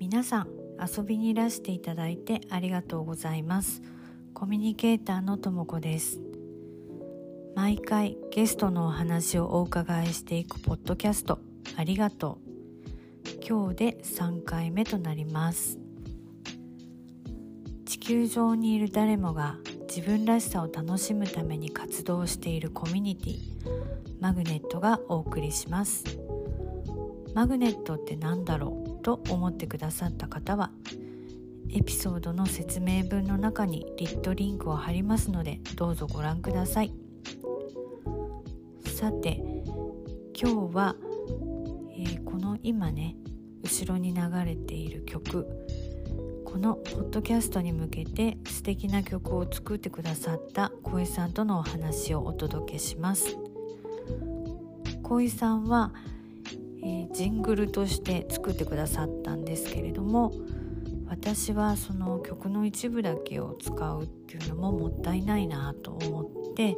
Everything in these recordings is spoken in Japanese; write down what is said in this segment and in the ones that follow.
皆さん遊びにいらしていただいてありがとうございますコミュニケーターのともこです毎回ゲストのお話をお伺いしていくポッドキャストありがとう今日で3回目となります地球上にいる誰もが自分らしさを楽しむために活動しているコミュニティマグネットがお送りしますマグネットって何だろうと思ってくださった方はエピソードの説明文の中にリットリンクを貼りますのでどうぞご覧くださいさて今日は、えーこの今ね後ろに流れている曲このポッドキャストに向けて素敵な曲を作ってくださった小井さんとのお話をお届けします小井さんは、えージングルとして作ってくださったんですけれども私はその曲の一部だけを使うっていうのももったいないなと思って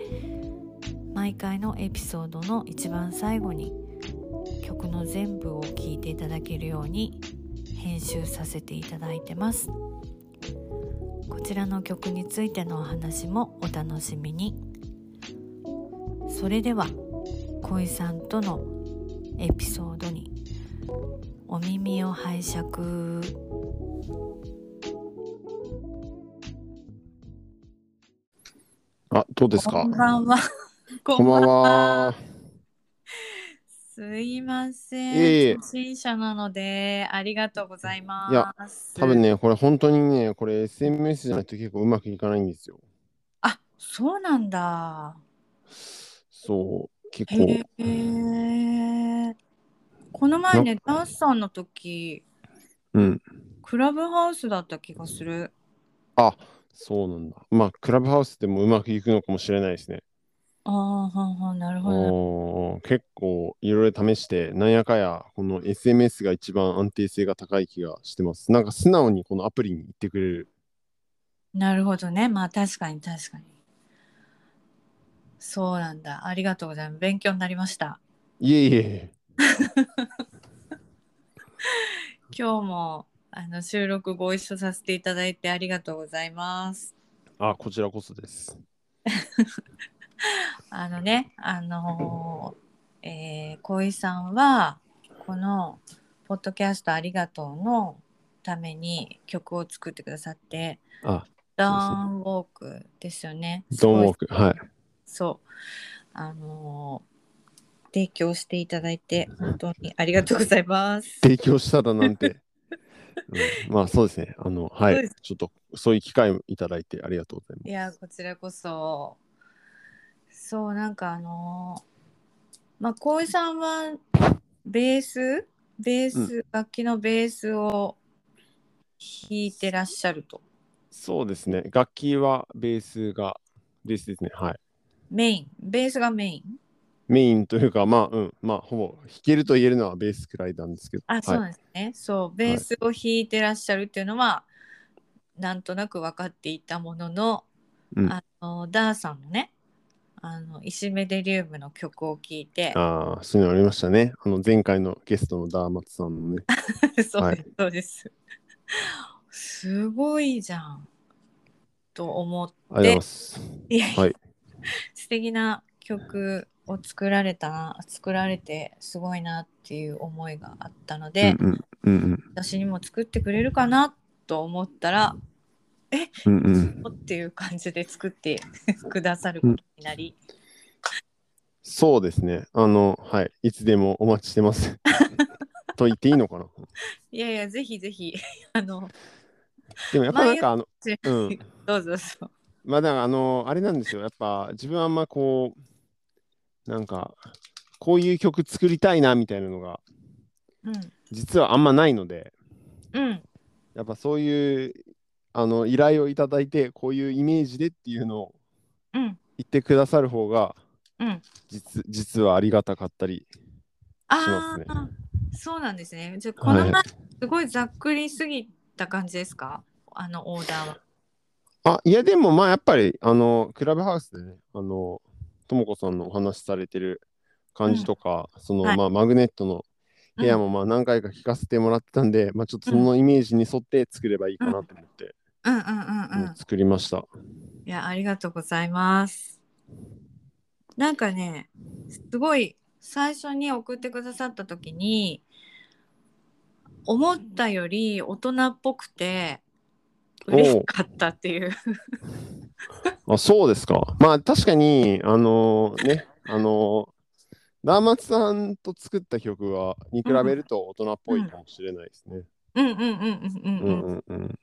毎回のエピソードの一番最後に曲の全部を聴いていただけるように編集させていただいてますこちらの曲についてのお話もお楽しみにそれでは小井さんとのエピソードにお耳を拝借あ、どうですかこんばんは こんばんは。すいません。いえいえ初心者なので、ありがとうございます。いや多分。ね、これ本当にね、これ SMS じゃないと結構うまくいかないんですよ。あ、そうなんだ。そう、結へ構。え。この前ね、ダンスさんの時、うん。クラブハウスだった気がする。あ、そうなんだ。まあ、クラブハウスでもうまくいくのかもしれないですね。ああ、はんはん、なるほど。おー結構いろいろ試して、なんやかや、この SMS が一番安定性が高い気がしてます。なんか素直にこのアプリに行ってくれる。なるほどね。まあ、確かに確かに。そうなんだ。ありがとうございます。勉強になりました。いえいえ。今日もあの収録ご一緒させていただいてありがとうございます。あ、こちらこそです。あのね、あのーえー、小井さんはこの「ポッドキャストありがとう」のために曲を作ってくださってあ、 「ダーンウォーク」ですよね。ドンウォーク。はい。そう。あのー提供していただいて本当にありがとうございます。提供しただな んて、うんまあそうですねあのはそうでいちょっとそういう機会をいただいてありがとうございいまやすこちらこそそうなんかあのーまあ浩井さんはベースベース、う楽器のベースを弾いてらっしゃるとそうですね楽器はベースがベースですねはいメインベースがメインメインというかまあうんまあほぼ弾けると言えるのはベースくらいなんですけどあ、そうはなんい、ですねそうベースを弾いてらっしゃるっていうのは、なんとなく分かっていたものの、うんあのダーさんのねあの石メデリウムの曲を聴いてああそういうのありましたねあの前回のゲストのダーマツさんのね そうはです、そうです。すごいじゃん。と思っありがとうございてま、すいやいやはい素敵な曲を作られたな、作られてすごいなっていう思いがあったので、うんうんうんうん私にも作ってくれるかなと思ったら、うんうんっていう感じで作って くださることになり、そうですねあのはいいつでもお待ちしてます と言っていいのかないやいや、ぜひぜひ、あの、でもやっぱなんかあの前うんどうぞどうぞ。まあだからあのあれなんですよやっぱ自分はあんまこうなんかこういう曲作りたいなみたいなのがうん、実はあんまないのでうん、やっぱそういうあの依頼をいただいてこういうイメージでっていうのをうん、言ってくださる方がうん。実実はありがたかったりあしあ、そうなんですね。じゃあこの前、すごいざっくりすぎた感じですかあのオーダーは。あいやでもまあやっぱりあのクラブハウスでねあのともこさんのお話しされてる感じとか、その、はいまあマグネットのうん部屋もまあ何回か聞かせてもらってたんで、まあちょっとそのイメージに沿って作ればいいかなと思って、うんうんうんうんもう作りました。いやありがとうございますなんかねすごい最初に送ってくださった時に思ったより大人っぽくて嬉しかったっていうあそうですか。まあ確かに、あのーね、あのーダーマツさんと作った曲はに比べると大人っぽいかもしれないですね。うんうんうんうんううんん、うん、うんうん。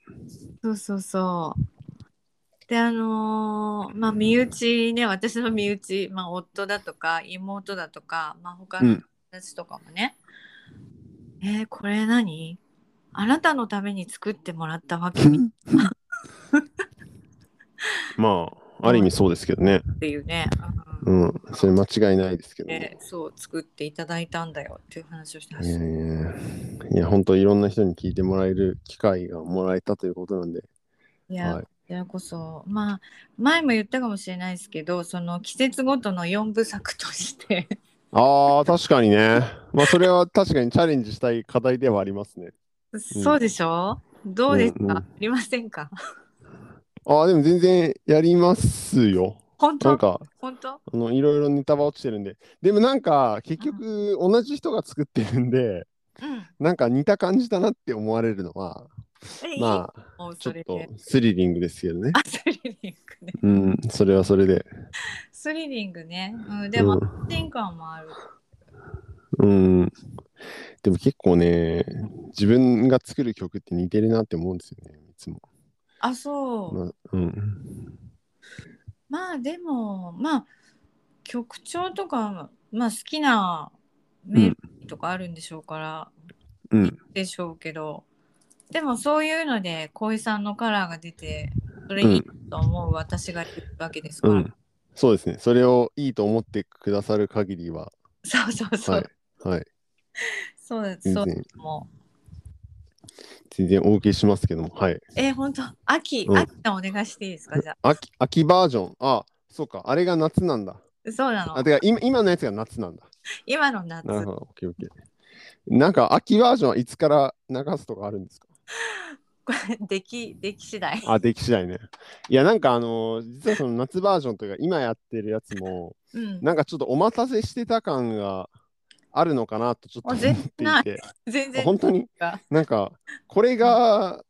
そうそうそうであのーまあ身内ね私の身内、まあ、夫だとか妹だとか、まあ、他うのん友達とかもね、えーこれ何あなたのために作ってもらったわけみ まあ、ある意味そうですけどね。っていうね、うんうん。それ間違いないですけどね。でそう作っていただいたんだよっていう話をしてまいしやた、いやいやいや、本当いろんな人に聞いてもらえる機会がもらえたということなんで。いや、はいこちらこそまあ前も言ったかもしれないですけどその季節ごとの4部作としてああ、確かにね。まあ、それは確かにチャレンジしたい課題ではありますね。そうでしょどうですか、うんうんありませんかああ、でも全然やりますよ。本な当んか、本当あのいろいろネタは落ちてるんで。でもなんか、結局、同じ人が作ってるんで、うんなんか似た感じだなって思われるのは、えまあ、あもうちそょっれとでスリリングですけどねあ。スリリングねうん、それはそれで。スリリングね、うん、でもうん安心感もあるうん。でも結構ね、自分が作る曲って似てるなって思うんですよね、いつも。あそう、まあ、うん。まあでもまあ曲調とか、まあ、好きなメールとかあるんでしょうから、うん。でしょうけどでもそういうので恋さんのカラーが出てそれいいと思う私がいるわけですから、うん。そうですね。それをいいと思ってくださる限りは、そうそうそう、はい。はい。そうだ全そう然、もう全然お受けしますけども、はい。え本当秋、うん秋さんお願いしていいですかじゃ秋、秋バージョン。あ、そうか。あれが夏なんだ。あそうなあ、のてか、今今のやつが夏なんだ。今の夏なるほど。オッケーオッケー。なんか、秋バージョンはいつから流すとかあるんですかこれ 出来出来次第あ、でき次第ね。いや、なんかあのー実はその夏バージョンというか、今やってるやつも、うんなんかちょっとお待たせしてた感があるのかなとちょっとあ思全然っていて、 全あ然本当にかなんか、これが、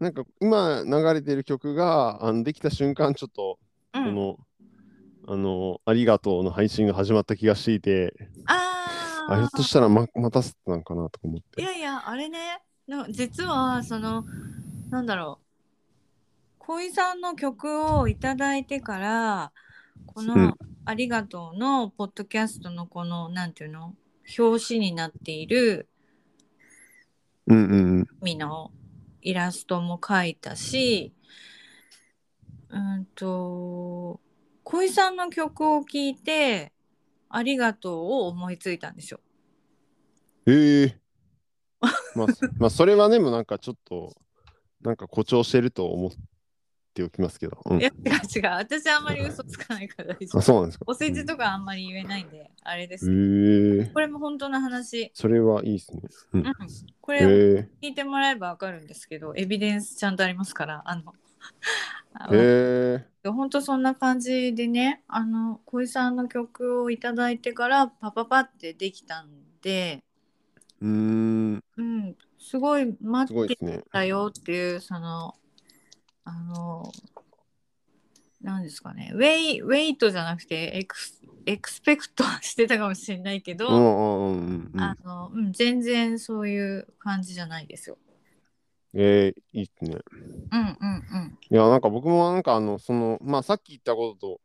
なんか今流れてる曲があのできた瞬間、ちょっと、うこん、の、あの、ありがとうの配信が始まった気がしていて、あーあひょっとしたら、ま、待たせてたのかなとか思っいて。やいやあれねな実はそのなんだろう小井さんの曲をいただいてからこの「うんありがとう」のポッドキャストのこのなんていうの表紙になっているうんうんうん。海のイラストも描いたしうんと小井さんの曲を聴いて「ありがとう」を思いついたんですよ。へ え。まあ、そまあ、それはでもなんかちょっと、なんか誇張してると思っておきますけど。うんいや違う違う私あんまり嘘つかないから大丈夫あ、そうなんですか。お世辞とかあんまり言えないんで、あれです。うんへえ。これも本当の話。それはいいですね。うんう。ん、こへれをえ。聞いてもらえばわかるんですけど、エビデンスちゃんとありますから、あの、あのへえ。本当そんな感じでね、あの、小井さんの曲をいただいてからパパパってできたんで、うーん。うん、すごいす待ごっいてですね。たよっていう、その、あの、なんですかね、ウェイ、ウェイトじゃなくてエクス、エクスペクトはしてたかもしれないけど、うんうんうんうんうんあ。の、うん、全然そういう感じじゃないですよ。ええ、いいですね。うんうんうん。いや、なんか僕もなんかあの、その、まあさっき言ったこと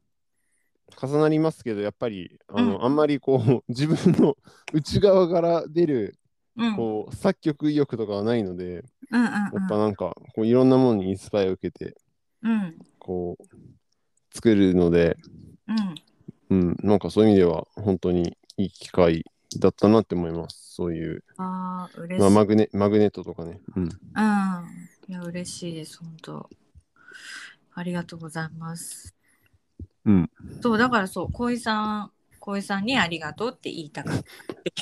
と重なりますけど、やっぱり、あの、うあんまりこう、 自分の内側から出る、うん、うんこう、作曲意欲とかはないので、うんやっぱなんかこういろんなものにインスパイアを受けてうんうんこう作るので、うんうん、なんかそういう意味では本当にいい機会だったなって思いますそういう、ああ嬉しい、まあ、マグネマグネットとかね、うん、うんいや嬉しいです本当ありがとうございますうんそうだからそう小井さん小井さんにありがとうって言いたかったっ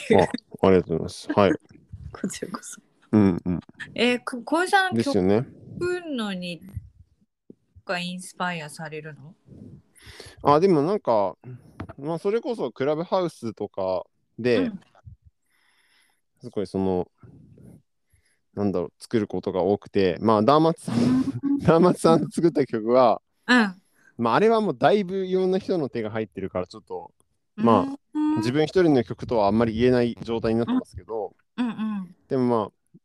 ていうあありがとうございます。はい。こちらこそ。うんうん。えー、く小井さんです曲よね。のにがインスパイアされるのあ、でもなんか、まあ、それこそクラブハウスとかで、うんすごいその、なんだろう、作ることが多くて、まあ、ダーマツさん、 ダーマツさんと作った曲は、うん。まあ、あれはもうだいぶいろんな人の手が入ってるから、ちょっとまあうん、自分一人の曲とはあんまり言えない状態になってますけど、うんうんでもまあ、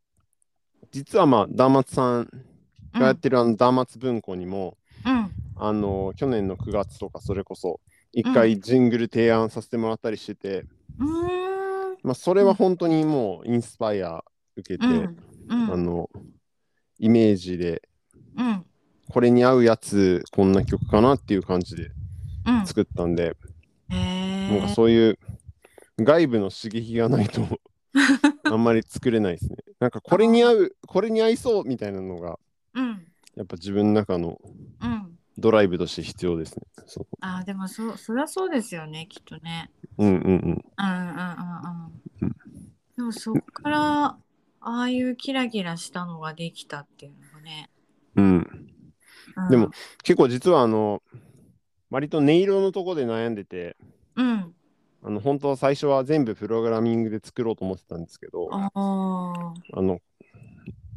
実はまあ、ダーマツさんうがやっんてるあの、ダーマツ文庫にも、うんあの、去年の9月とか、それこそ、一回ジングル提案させてもらったりしてて、うんまあ、それは本当にもうインスパイア受けて、うんうんあのイメージでうんこれに合うやつこんな曲かなっていう感じでうん作ったんで、へなんかーそういう外部の刺激がな いとあんまり作れないですね。なんかこれに合うこれに合いそうみたいなのがうんやっぱ自分の中のうんドライブとして必要ですね。そうあーでもそそりゃそうですよねきっとねうんうんうん。うんうんうんううんでもそっからああいうキラキラしたのができたっていうのがね、うん、うん、でも結構実はあの割と音色のとこで悩んでて、うんあの本当は最初は全部プログラミングで作ろうと思ってたんですけど、あああの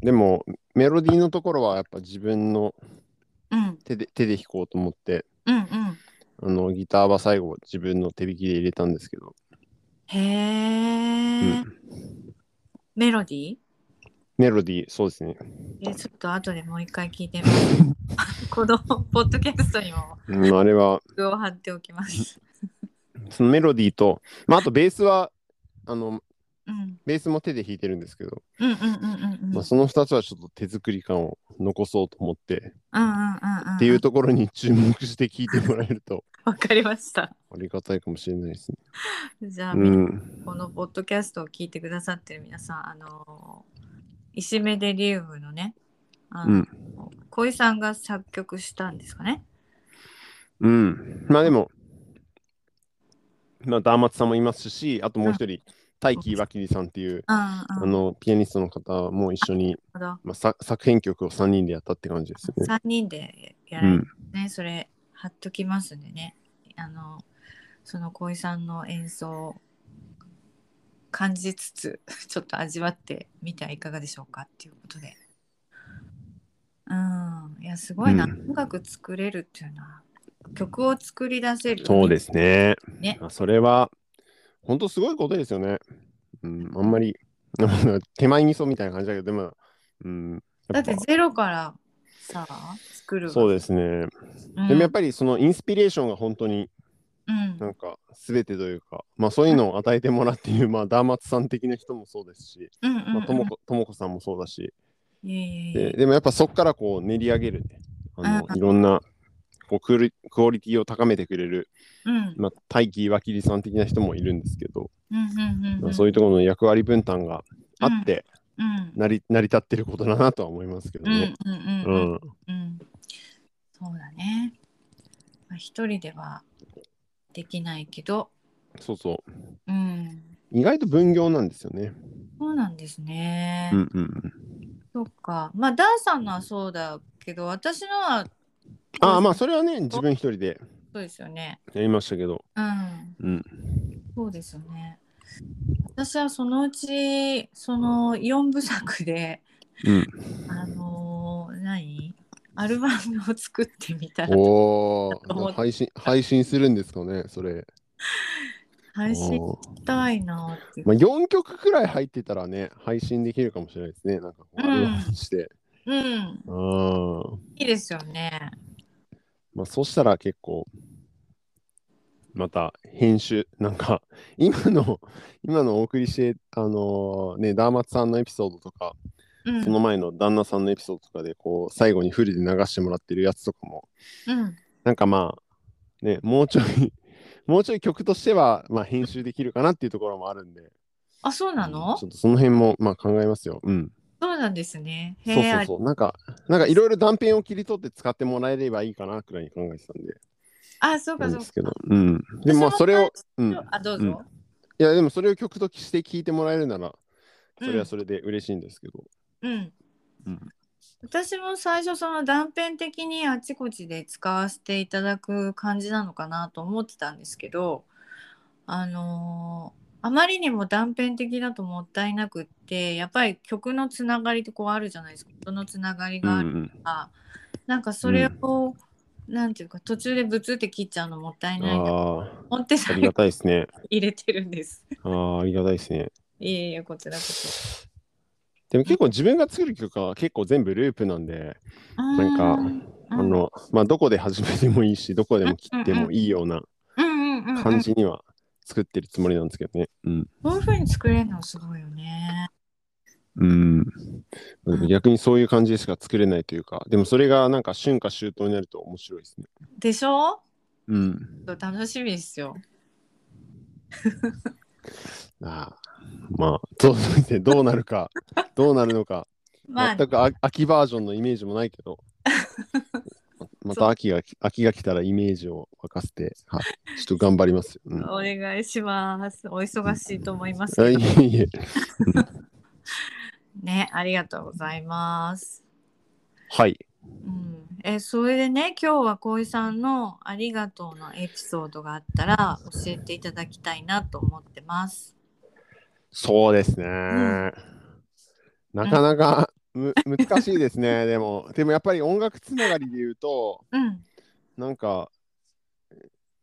でもメロディーのところはやっぱ自分のうん手で手で弾こうと思ってうんうんあのギターは最後自分の手弾きで入れたんですけど、へえ、うんメロディーメロディーそうで すね、えちょっと後でもう一回聞いてみ ます。このポッドキャストにもうん、あれは具を貼っておきます。そのメロディーと、まあ、あとベースはあのうんベースも手で弾いてるんですけど、うんうんうんうんうん。まあ、その2つはちょっと手作り感を残そうと思って、うんうんうんうん。っていうところに注目して聴いてもらえるとわかりました。ありがたいかもしれないですね。じゃあ、うん、このポッドキャストを聞いてくださってる皆さん、あの石目デリウムのね、あのうん小井さんが作曲したんですかね。うん。まあでも、まあ、ダーマツさんもいますし、あともう一人、大輝わきりさんっていう、うんあうん。なるの、ピアニストの方も一緒に、ほど。まあ、さ作編曲を3人でやったって感じですね。 3人でやうられんて、ね、それ貼っときますんでねあのその小井さんの演奏を感じつつ ちょっと味わってみてはいかがでしょうかっていうことでうんいやすごいな、うん音楽作れるっていうのは曲を作り出せる、そうですね。ねまあそれは、本当すごいことですよね。うん、あんまり、 なんか手前味噌みたいな感じだけど、でも、うん、だやっぱてゼロからさ作るそうでですね。す、でもやっぱぱり、そのインスピレーションが本当に、うんなんか、全てというか、まあ、そういうのを与えてもらっている、まあ、ダーマツさん的な人もそうですし、うんうんうんまあ、ともこともこさんもそうだし、いえいえいでえでもやっぱそこからこう練り上げるねあのうんいろんなこうクオリクオリティを高めてくれる、うんまあ、大輝岩切さん的な人もいるんですけど、うんうんうんまうあ、んそういうところの役割分担があってうん成り,、成り立ってることだなとは思いますけどね。うんうんううんうんんうん、そうだね。まあ、一人ではできないけど、そうそううん、意外と分業なんですよね。そうなんですね。うんうんうん、そっか。まあ、ダーさんのはそうだけど、私のはああまあそれはね自分一人でそうですよね。やりましたけど、うん、うん、そうですよね。私はそのうち、その4部作で、うん、あのー何アルバムを作ってみたら お思っお配信配信するんですかねそれ。配信おーしたいなっていうまあ、4曲くらい入ってたらね、配信できるかもしれないですね。なんかこうう、んアルバムして。うん、あーいいですよね。まあ、そうしたら結構、また編集、なんか、 今の、今のお送りして、あのーね、ダーマツさんのエピソードとか、うん、その前の旦那さんのエピソードとかで、こう、最後にフルで流してもらってるやつとかも、うん、なんかまあ、ね、もうちょい、 もうちょい曲としては、まあ、編集できるかなっていうところもあるんで、あ、そうなのちょっとその辺も、まあ、考えますよ。うん。そうなんですね。へそうえ、そうそう。なんか、なんかいろいろ断片を切り取って使ってもらえればいいかなくらいに考えてたんで。ああ、そうなかんそでうすけかど。。うん。でもまあそれを、うん。いあ、どうぞ。やでもそれを曲として聞いてもらえるなら、それはそれで嬉しいんですけど。うん。うん私も最初その断片的にあちこちで使わせていただく感じなのかなと思ってたんですけどあのーあまりにも断片的だともったいなくってやっぱり曲のつながりってこうあるじゃないですか音のつながりうんがあうるんから、なんかそれを、なんていうか途中でブツって切っちゃうのもったいないなとあ思ってあ、あ最り後がたいですね。 入れてるんです。ああ、ありがたいですね。いえいえこちらこそ。でも結構自分が作る曲は結構全部ループなんで、なんかああの、まあどこで始めてもいいし、どこでも切ってもいいような感感じには作ってるつもりなんですけどね。うん。こういう風に作れるのすごいよね。うん、でも逆にそういう感じでしか作れないというか、でもそれがなんか春夏秋冬になると面白いですね。でしょうん。楽しみですよ。ああまあ、そうですね。どう なるか、どうなるのか、まあ、全くあ秋バージョンのイメージもないけ ど、また秋が秋が来たらイメージを沸かせて、はい、ちょっと頑張りますよ。うんお願いします。お忙しいと思いますあけいど。えいえね、ありがとうございます。はい。うん、え、それでね、今日は小井さんのありがとうのエピソードがあったら教えていただきたいなと思ってます。そうですね。んなかなかむ難しいですね。 でも、でもやっぱり音楽つながりで言うと、うん、なんか、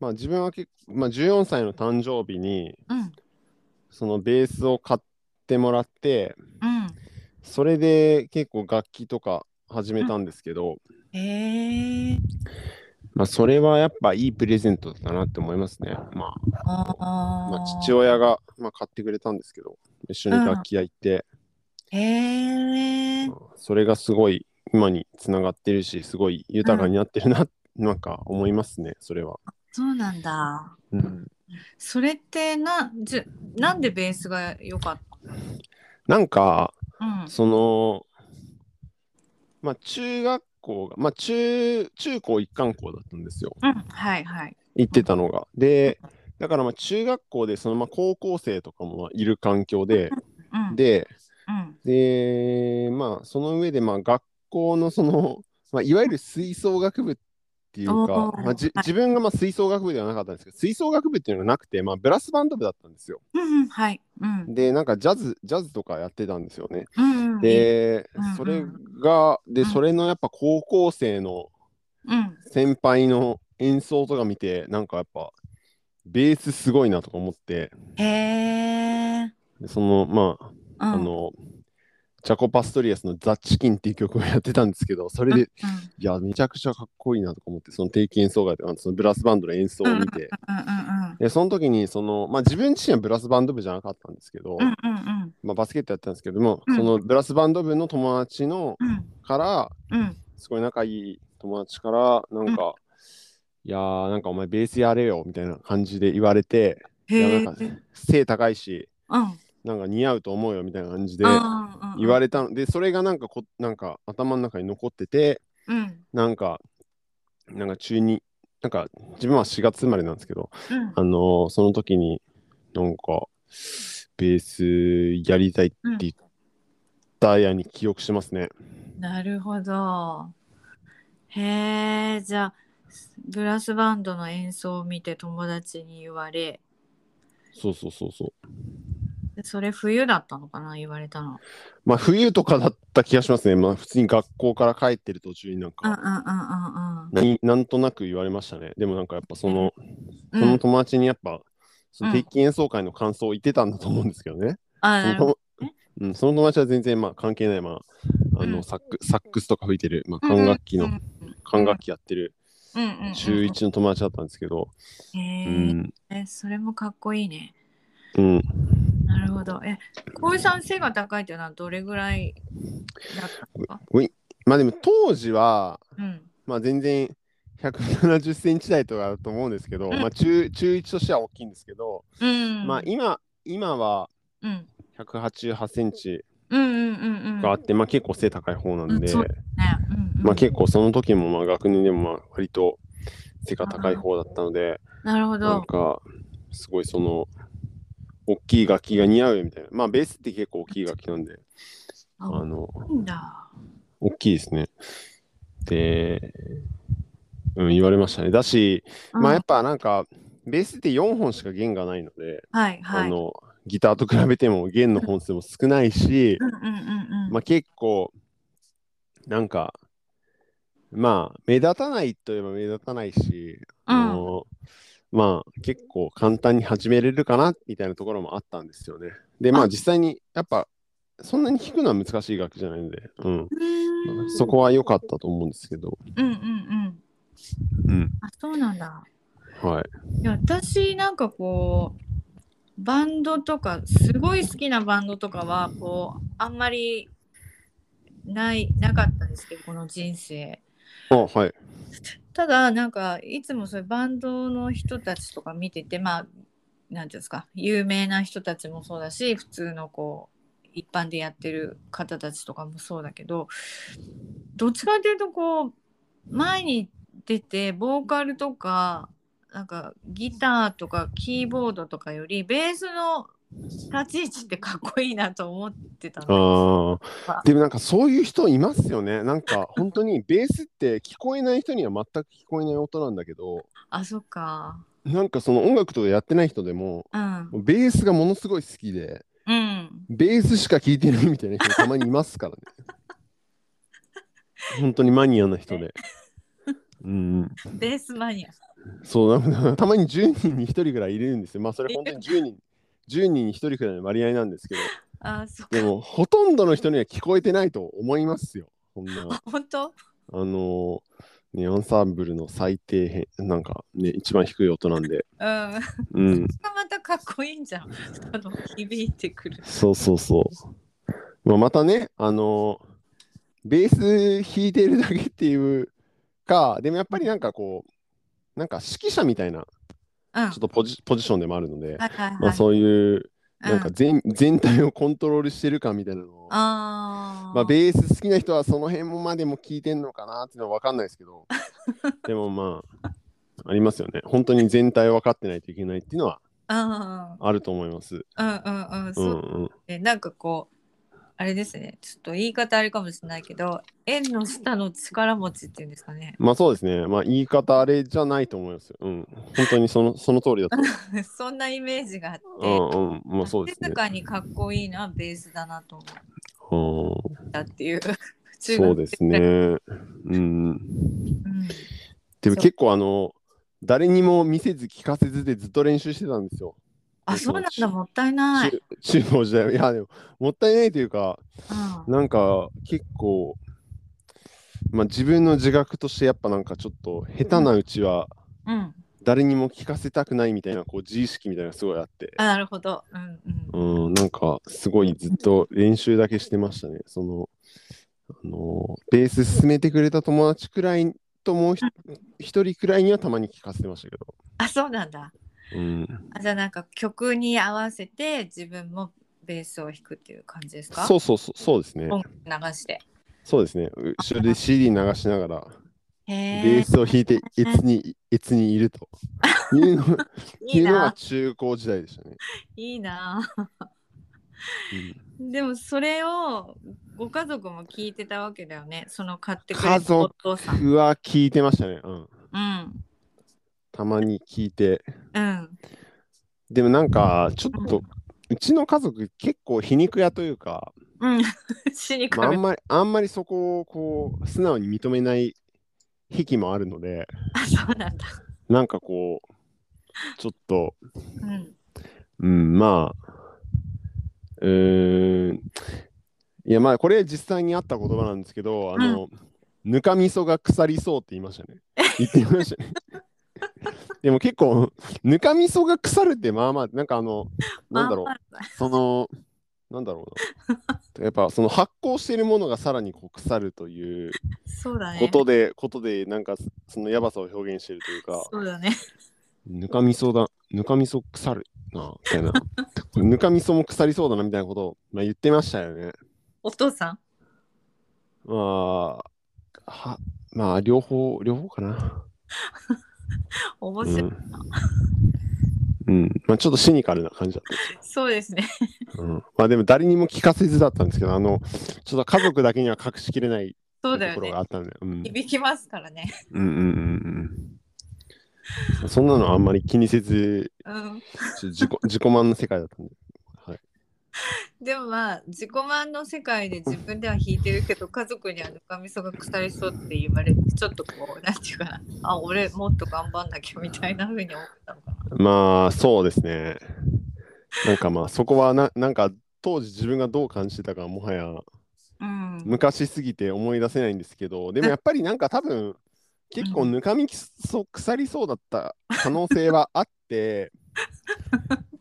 まあ自分は結構、まあ、14歳の誕生日に、うん、そのベースを買ってもらって、うそれで結構楽器とか始めたんですけど、ん。えー、まあそれはやっぱいいプレゼントだったなって思いますね。まあ、ままあ父親が、まあ、買ってくれたんですけど、一緒に楽器屋行って、えー、それがすごい今につながってるし、すごい豊かになってるな、なんか思いますね、それは。そうなんだ。うんそれってなじゅなんでベースが良かっなんか、たうんそのまあ中学校がまあ中中高一貫校だったんですようんはいはい行ってたのがでだからまあ中学校でそのまあ高校生とかもまあいる環境でうんでうんでまあその上でまあ学校のその、 まあ、いわゆる吹奏楽部っていうおか、ーまあ、じはい自分がまあ吹奏楽部ではなかったんですけど吹奏楽部っていうのがなくて、まあ、ブラスバンド部だったんですようんうんはいうんでなんかジャズジャズとかやってたんですよねうんうんでうんうん、それが、うで、んそれのやっぱ高校生のうん先輩の演奏とか見て、なんかやっぱ、ベースすごいなとか思って、へえでその、まあ、ああの、ジャコ・パストリアスのザ・チキンっていう曲をやってたんですけど、それで、いや、めちゃくちゃかっこいいなとか思って、その定期演奏会とか、そのブラスバンドの演奏を見て、うんうんで、その時に、その、まあ自分自身はブラスバンド部じゃなかったんですけど、うんうんうんまあバスケットやってたんですけども、うんそのブラスバンド部の友達のうんから、うんすごい仲いい友達から、なんか、いやー、なんかお前ベースやれよみたいな感じで言われて、へえいやなんか背高いし、うんうんなんか似合うと思うよみたいな感じでうん言われたので、それがなんかこ、なんか頭の中に残ってて、うんなんか、なんか中に、なんか自分は4月生まれなんですけど、うんあのーその時に、なんか、ベースやりたいって言ったやに記憶してますね。なるほどへえじゃあブラスバンドの演奏を見て友達に言われそうそうそうそう。でそれ冬だったのかな言われたのまあ冬とかだった気がしますね。まあ普通に学校から帰ってる途中になんうんうんか、うん何なんとなく言われましたね。でもなんかやっぱその、そうんうんの友達にやっぱ、そのうん定期演奏会の感想を言ってたんだと思うんですけどね。あそなのるほど友うん、その友達は全然まあ関係ない、まあ、あうのんサックサックスとか吹いてる、まあ、うんうん管楽器の、うん管楽器やってるうんうんうん中1の友達だったんですけど、うへん、えそれもかっこいいねうん、なるほどえ小井さん背が高いっていうのはどれぐらいだったのかまあでも当時は、うんまあ全然170センチ台とかだと思うんですけど、うんまあ中中1としては大きいんですけど、うんまあ今今はうん188センチうんうんうんうんがあって、まあ結構背高い方なんで、うんそうねうんうんまあ結構その時もまあ学年でもまあ割と背が高い方だったので、なるほなんど。か、すごいその、大きい楽器が似合うみたいな。まあ、ベースって結構大きい楽器なんで、ああの、いいんだ。大きいですね。で、うん、言われましたね。だし、うんまあやっぱなんか、ベースって4本しか弦がないので、はいはあい。うんの、ギターと比べても弦の本数も少ないし、うんうんうん。まあ結構、なんか、まあ目立たないといえば目立たないし、あのまあ結構簡単に始めれるかなみたいなところもあったんですよね。で、まああ実際にやっぱそんなに弾くのは難しい楽器じゃないので、うん、うんそこは良かったと思うんですけど、うんうんうん。うん、あ、そうなんだ。はい。いや私なんかこうバンドとかすごい好きなバンドとかはこうあんまりないなかったですけどこの人生あ、はい。ただなんかいつもそういうバンドの人たちとか見ててまあ何ていうんですか有名な人たちもそうだし普通のこう一般でやってる方たちとかもそうだけどどっちかっていうとこう前に出てボーカルとかなんかギターとかキーボードとかよりベースの立ち位置ってかっこいいなと思ってたんですよ。ああ、でもなんかそういう人いますよね。なんか本当にベースって聞こえない人には全く聞こえない音なんだけど、あそっか。なんかその音楽とかやってない人でも、うん。ベースがものすごい好きで、うん。ベースしか聴いてないみたいな人たまにいますからね。本当にマニアな人で。うん、ベースマニア。そうなんかたまに10人に1人ぐらいいるんですよ。まあそれ本当に10人、10人に1人くらいの割合なんですけど、あそっかで。もほとんどの人には聞こえてないと思いますよ。こんな。本当あのーね、アンサンブルの最低編、なんかね、一番低い音なんで、うん。そうん、れがまたかっこいいんじゃん。あの響いてくる。そうそうそう。まあ、またね、あのーベース弾いてるだけっていうか、でもやっぱりなんかこう、なんか指揮者みたいな、うん。はいちょっとポジポジションでもあるので、はいはい。まあ、そういう、うんなんか全,、全体をコントロールしてるかみたいなのを、あーまあ、ベース好きな人はその辺までも聞いてんのかなっていうのは分かんないですけ どでもまあありますよね本当に全体を分かってないといけないっていうのはうんあると思いますうんうんうん。うそんううんね。なんかこう。あれですね。ちょっと言い方あれかもしれないけど、縁の下の力持ちっていうんですかね。 まあそうですねまあ言い方あれじゃないと思いますようん本当にそのその通りだとそんなイメージがあって。 うんうんまあそうですね静かにかっこいいのはベースだなと思っうんたっていう。中学 そうですねうんうんでもそう結構あの誰にも見せず聞かせずでずっと練習してたんですよあ、そうなんだ。もったいない。中中高時代はいやでももったいないというかうんなんか結構、まあ、自分の自覚としてやっぱなんかちょっと下手なうちはうん。誰にも聞かせたくないみたいなこう自意識みたいなのがすごいあって、あ、なるほど。うんうん。うん、なんかすごいずっと練習だけしてましたね。そのあのベース進めてくれた友達くらいともうひ一人くらいにはたまに聞かせてましたけど、あそうなんだうん、あじゃあなんか曲に合わせて自分もベースを弾くっていう感じですかそうそうそうそうですね音楽流してそうですね後ろで CD 流しながらへベえースを弾いて越に越にいるというのっていいいうのはな中高時代でしたね。いいな でもそれをご家族も聞いてたわけだよねその買ってく家れた族お父さんうわ、聞いてましたね。うん。うんたまに聞いて。うんでもなんか、ちょっと、うちの家族結構皮肉屋というか、うん 死にまあ、かあべんまり、あんまりそこをこう、素直に認めない癖もあるので、あそうなんだなんかこう、ちょっと、うんうん、まあ、うーん。いや、まあ、これ実際にあった言葉なんですけど、あの、ぬかみそが腐りそうって言いました ね。言ってましたね。でも結構、ぬかみそが腐るって、まあまあ、なんかあの、なんだろう、まあまあその、なんだろうな。やっぱその発酵しているものがさらにこう腐るというそうだこねとで、ことで、なんかそのやばさを表現しているというか、そうだね ぬかみそだ、ぬかみそ腐るな、みたいな。 ぬかみそも腐りそうだな、みたいなことを、まあ、言ってましたよね。お父さんまあ、はまあ、両方、両方かな。う面白い、ん。うん、まあちょっとシニカルな感じだったんですよそうですね。うん、まあでも誰にも聞かせずだったんですけど、あの、ちょっと家族だけには隠しきれないそうだとこよねろが。あったんで、うん、響きますからね。うんうんうんうん。そんなのあんまり気にせず、うん。ちょっと自己自己満の世界だったんで。でもまあ自己満の世界で自分では弾いてるけど家族にはぬかみそが腐りそうって言われてちょっとこうなんていうかなあ俺もっと頑張んなきゃみたいな風に思ったのかな。まあそうですね。なんかまあそこはな、なんか当時自分がどう感じてたかはもは やうん。昔すぎて思い出せないんですけど、でもやっぱりなんか多分結構ぬかみきそ腐りそうだった可能性はあって、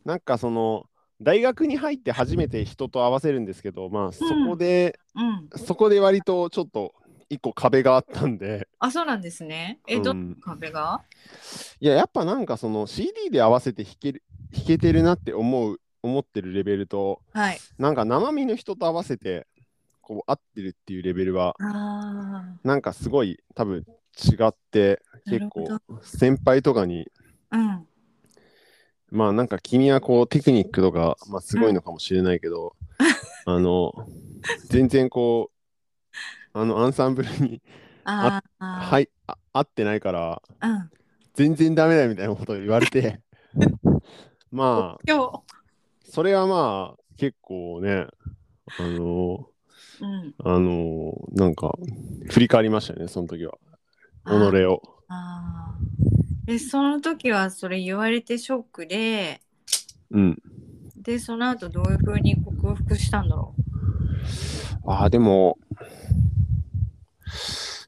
なんかその大学に入って初めて人と合わせるんですけど、まあそこで、うん。そこで割とちょっと一個壁があったんで、あそうなんですね。え、うんどの壁が？いややっぱなんかその CD で合わせて弾ける弾けてるなって思う思ってるレベルとはい。なんか生身の人と合わせてこう合ってるっていうレベルはあなんかすごい多分違ってあ。な結るほ構ど。先輩とかにうん。まあなんか君はこうテクニックとか、まあ、すごいのかもしれないけど、あの全然こうあのアンサンブルにああ。。はいいあ合ってないからうん。全然ダメだよみたいなこと言わ れてまあ今それはまあ結構ねあの日。うん。あのなんか振り返りましたよねその時は己あーをあー。え、その時はそれ言われてショックで、うんでその後どういう風に克服したんだろう。ああでも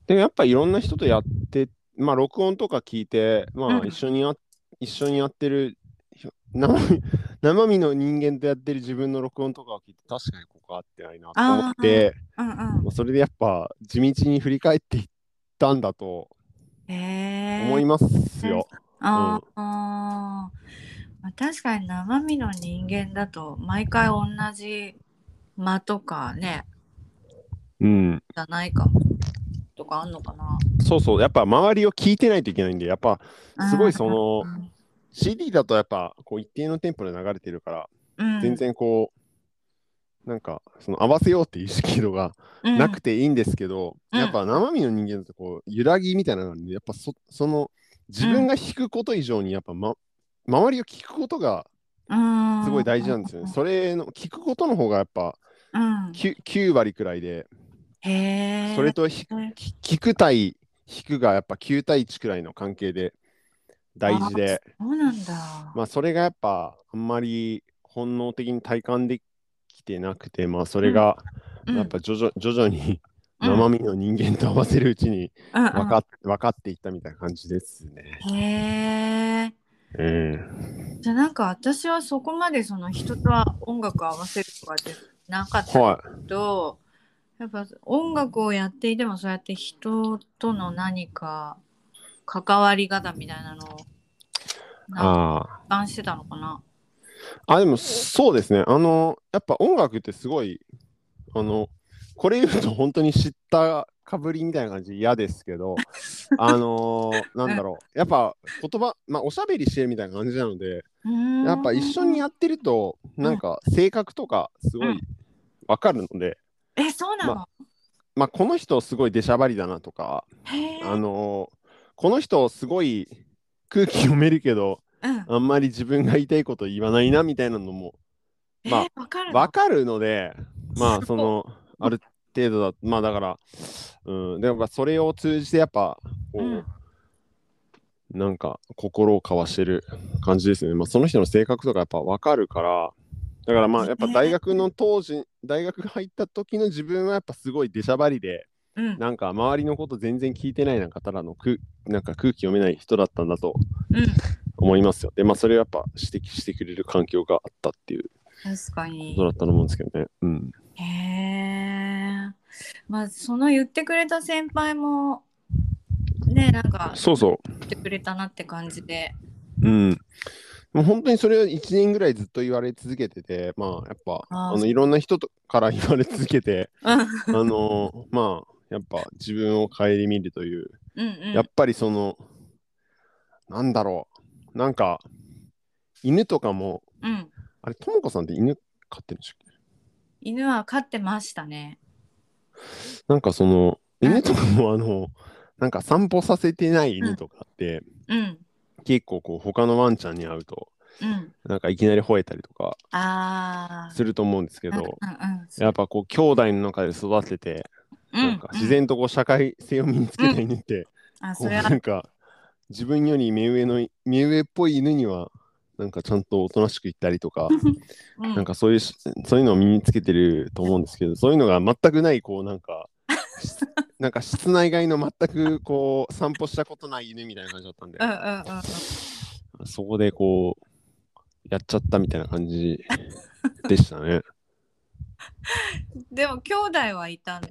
でもやっぱいろんな人とやってまあ録音とか聞いてまうあん一緒にや、一緒にやってるひょ生身生身の人間とやってる自分の録音とかを聞いて確かにここ合ってないなと思ってうんまあそれでやっぱ地道に振り返っていったんだとうん。ええ思いますよ。あーあー、まあ、確かに生身の人間だと毎回同じ間とかねうんじゃないかもとかあんのかな。そうそう、やっぱ周りを聞いてないといけないんで、やっぱすごいそのうん CD だとやっぱこう一定のテンポで流れてるから、うん、全然こう、なんかその合わせようっていう意識度がうんなくていいんですけど、うんやっぱ生身の人間だとこう揺らぎみたいなのがあるんで、やっぱそその自分が弾くこと以上にやっぱ、ま、周りを聞くことがすごい大事なんですよね。それの聞くことの方がやっぱうんうん、 9, 9割くらいで、へえ。それとひうんき聞く対弾くがやっぱ9対1くらいの関係で大事で。そうなんだ。まあそれがやっぱあんまり本能的に体感できてなくてまあそれがうんやっぱ徐々,、徐々にうん生身の人間と合わせるうちにうんうん分かっ,、分かっていったみたいな感じですね。へえ。うん、じゃあなんか私はそこまでその人とは音楽を合わせるとかってなかったはとやっぱ音楽をやっていてもそうやって人との何か関わり方みたいなのをい。なんかあ実感してたのかな。あ。あでもそうですね。あのやっぱ音楽ってすごいあのこれ言うと本当に知ったかぶりみたいな感じで嫌ですけどあのーなんだろうやっぱ言葉まあおしゃべりしてるみたいな感じなのでやっぱ一緒にやっってるとなんか性格とかすごうんいわかるので、えそうなの、ままあ、この人すごい出しゃばりだなとか、へえあのーこの人すごい空気読めるけどうんあんまり自分が言いたいこと言わないなみたいなのもまあえわかるのわかる のでまあすごそいのある程度だまあだからうんでもやっぱそれを通じてやっぱこう、うんなんか心を交わしてる感じですね、まあ、その人の性格とかやっぱわかるからだからまあやっぱ大学の当時大学入った時の自分はやっぱすごい出しゃばりでうんなんか周りのこと全然聞いてないなんかただの空なんか空気読めない人だったんだとうん思いますよでまあそれをやっぱ指摘してくれる環境があったっていう確かこにとだったと思うんですけどねうん。へえまあその言ってくれた先輩もねなんかそうそ言ってくれたなって感じでう。うん。もう本当にそれを1年ぐらいずっと言われ続けてて、まあやっぱああーのいろんな人とから言われ続けて、うんあのーまあやっぱ自分を顧みるという、うんうんやっぱりそのなんだろう。なんか、犬とかも、うん。あれ、ともこさんって犬飼ってるんでしょ犬は飼ってましたね。なんかその、うん犬とかも、あの、なんか散歩させてない犬とかって、うん。結構こう、他のワンちゃんに会うと、うん。なんかいきなり吠えたりとかああ。すると思うんですけうんうんど、やっぱこう、兄弟の中で育てて、うん。なんか自然とこう、社会性を身につけた犬って、うん。あ、こそうれはなんか自分より目上の目上っぽい犬にはなんかちゃんとおとなしく行ったり とか、うんなんかそういうしそういうのを身につけてると思うんですけどそういうのが全くないこうなん かしなんか室内外の全くこう散歩したことない犬みたいな感じだったんで、うんうんうんうん。そこでこうやっちゃったみたいな感じでし たねでも兄弟はいたん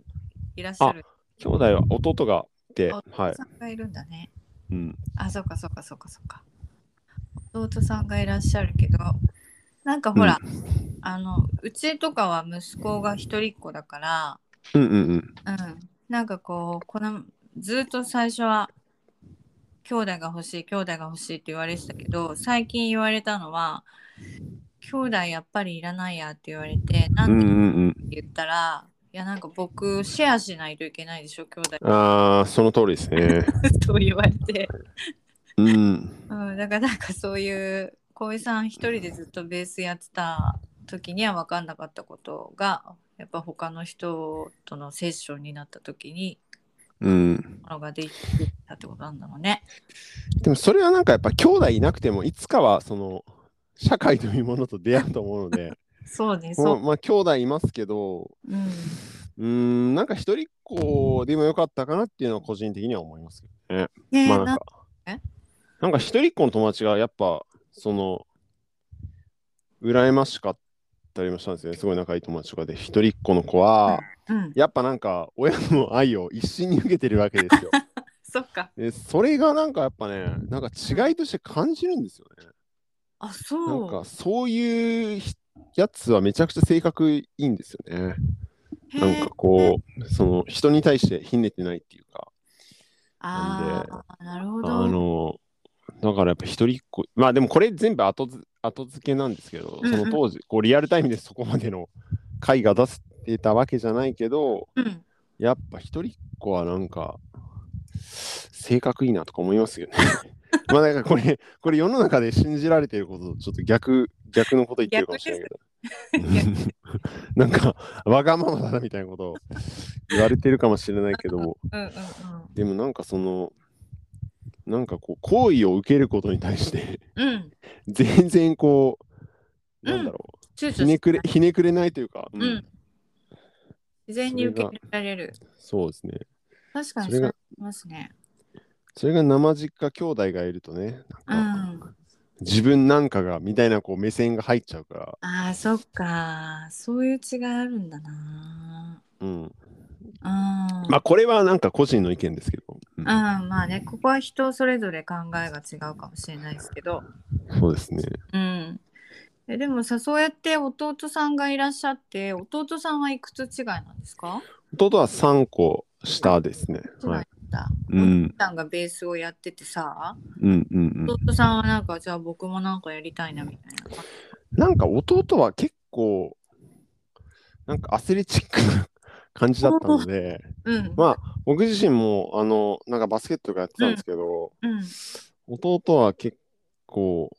いらっしゃる。兄弟は弟がいて弟はい、さんがいるんだね。うん、あ、そうかそうかそうかそうか。弟さんがいらっしゃるけど、なんかほら、あのうちとかは息子が一人っ子だから、うんうんうんうん、なんかこうこのずっと最初は兄弟が欲しい兄弟が欲しいって言われてたけど最近言われたのは兄弟やっぱりいらないやって言われてなうんんでうってん言ったら、いやなんか僕シェアしないといけないでしょ兄弟うんああその通りです ねと言われて、うんうん、だからなんかそういう浩井さん一人でずっとベースやってた時には分かんなかったことがやっぱ他の人とのセッションになった時にうんものができたってことなんだろうね。でもそれはなんかやっぱ兄弟いなくてもいつかはその社会というものと出会うと思うの でそうね、まそあう。まあ兄弟いますけどうん、うーんなんか一人っ子でもよかったかなっていうのは個人的には思いますけどね。ねえ、まあななんんかえなんか一人っ子の友達がやっぱその羨ましかったりもしたんですよねすごい仲いい友達とかで一人っ子の子はうん、やっぱなんか親の愛を一身に受けてるわ けですよ。そっか。でそれがなんかやっぱねなんか違いとして感じるんですよね。あ、なんそう。かそういうひやつはめちゃくちゃ性格いいんですよね。へなんえかこうその人に対してひねってないっていうかああ、なるほあど。のだからやっぱ一人っ子まあでもこれ全部後ず後付けなんですけど、うんうんその当時こうリアルタイムでそこまでの回が出せてたわけじゃないけどうん、やっぱ一人っ子はなんか性格いいなとか思いますよね。 まあなんかこれこれ世の中で信じられてることとちょっと逆逆のこと言ってるかもしれないけど。なん かわがままだなみたいなことを言われてるかもしれないけどうん、うん、うん。でもなんかそのなんかこう好意を受けることに対して うん、全然こうなんだろ躊躇う、しひねくれひねくれないというか、ううん、自然に受け入れられる。そうですね確かにそそれうが思いますね。それが生実家兄弟がいるとねうなんかん。自分なんかがみたいなこう目線が入っちゃうから、ああ、そっか。そういう違いあるんだな。うん、うん。ままあこれはなんか個人の意見ですけど、うんうん、まあね、ここは人それぞれ考えが違うかもしれないですけど、そうですねうん、えでもさそうやって弟さんがいらっしゃって弟さんはいくつ違いなんですか弟は3個下ですね、違いはい、だ、うんお父さんがベースをやっててさうんうんうん弟さんはなんかじゃあ僕もなんかやりたいなみたいななんか弟は結構なんかアスレチックな感じだったの でうん、まあ僕自身もあのなんかバスケットとかやってたんですけど、うん弟は結構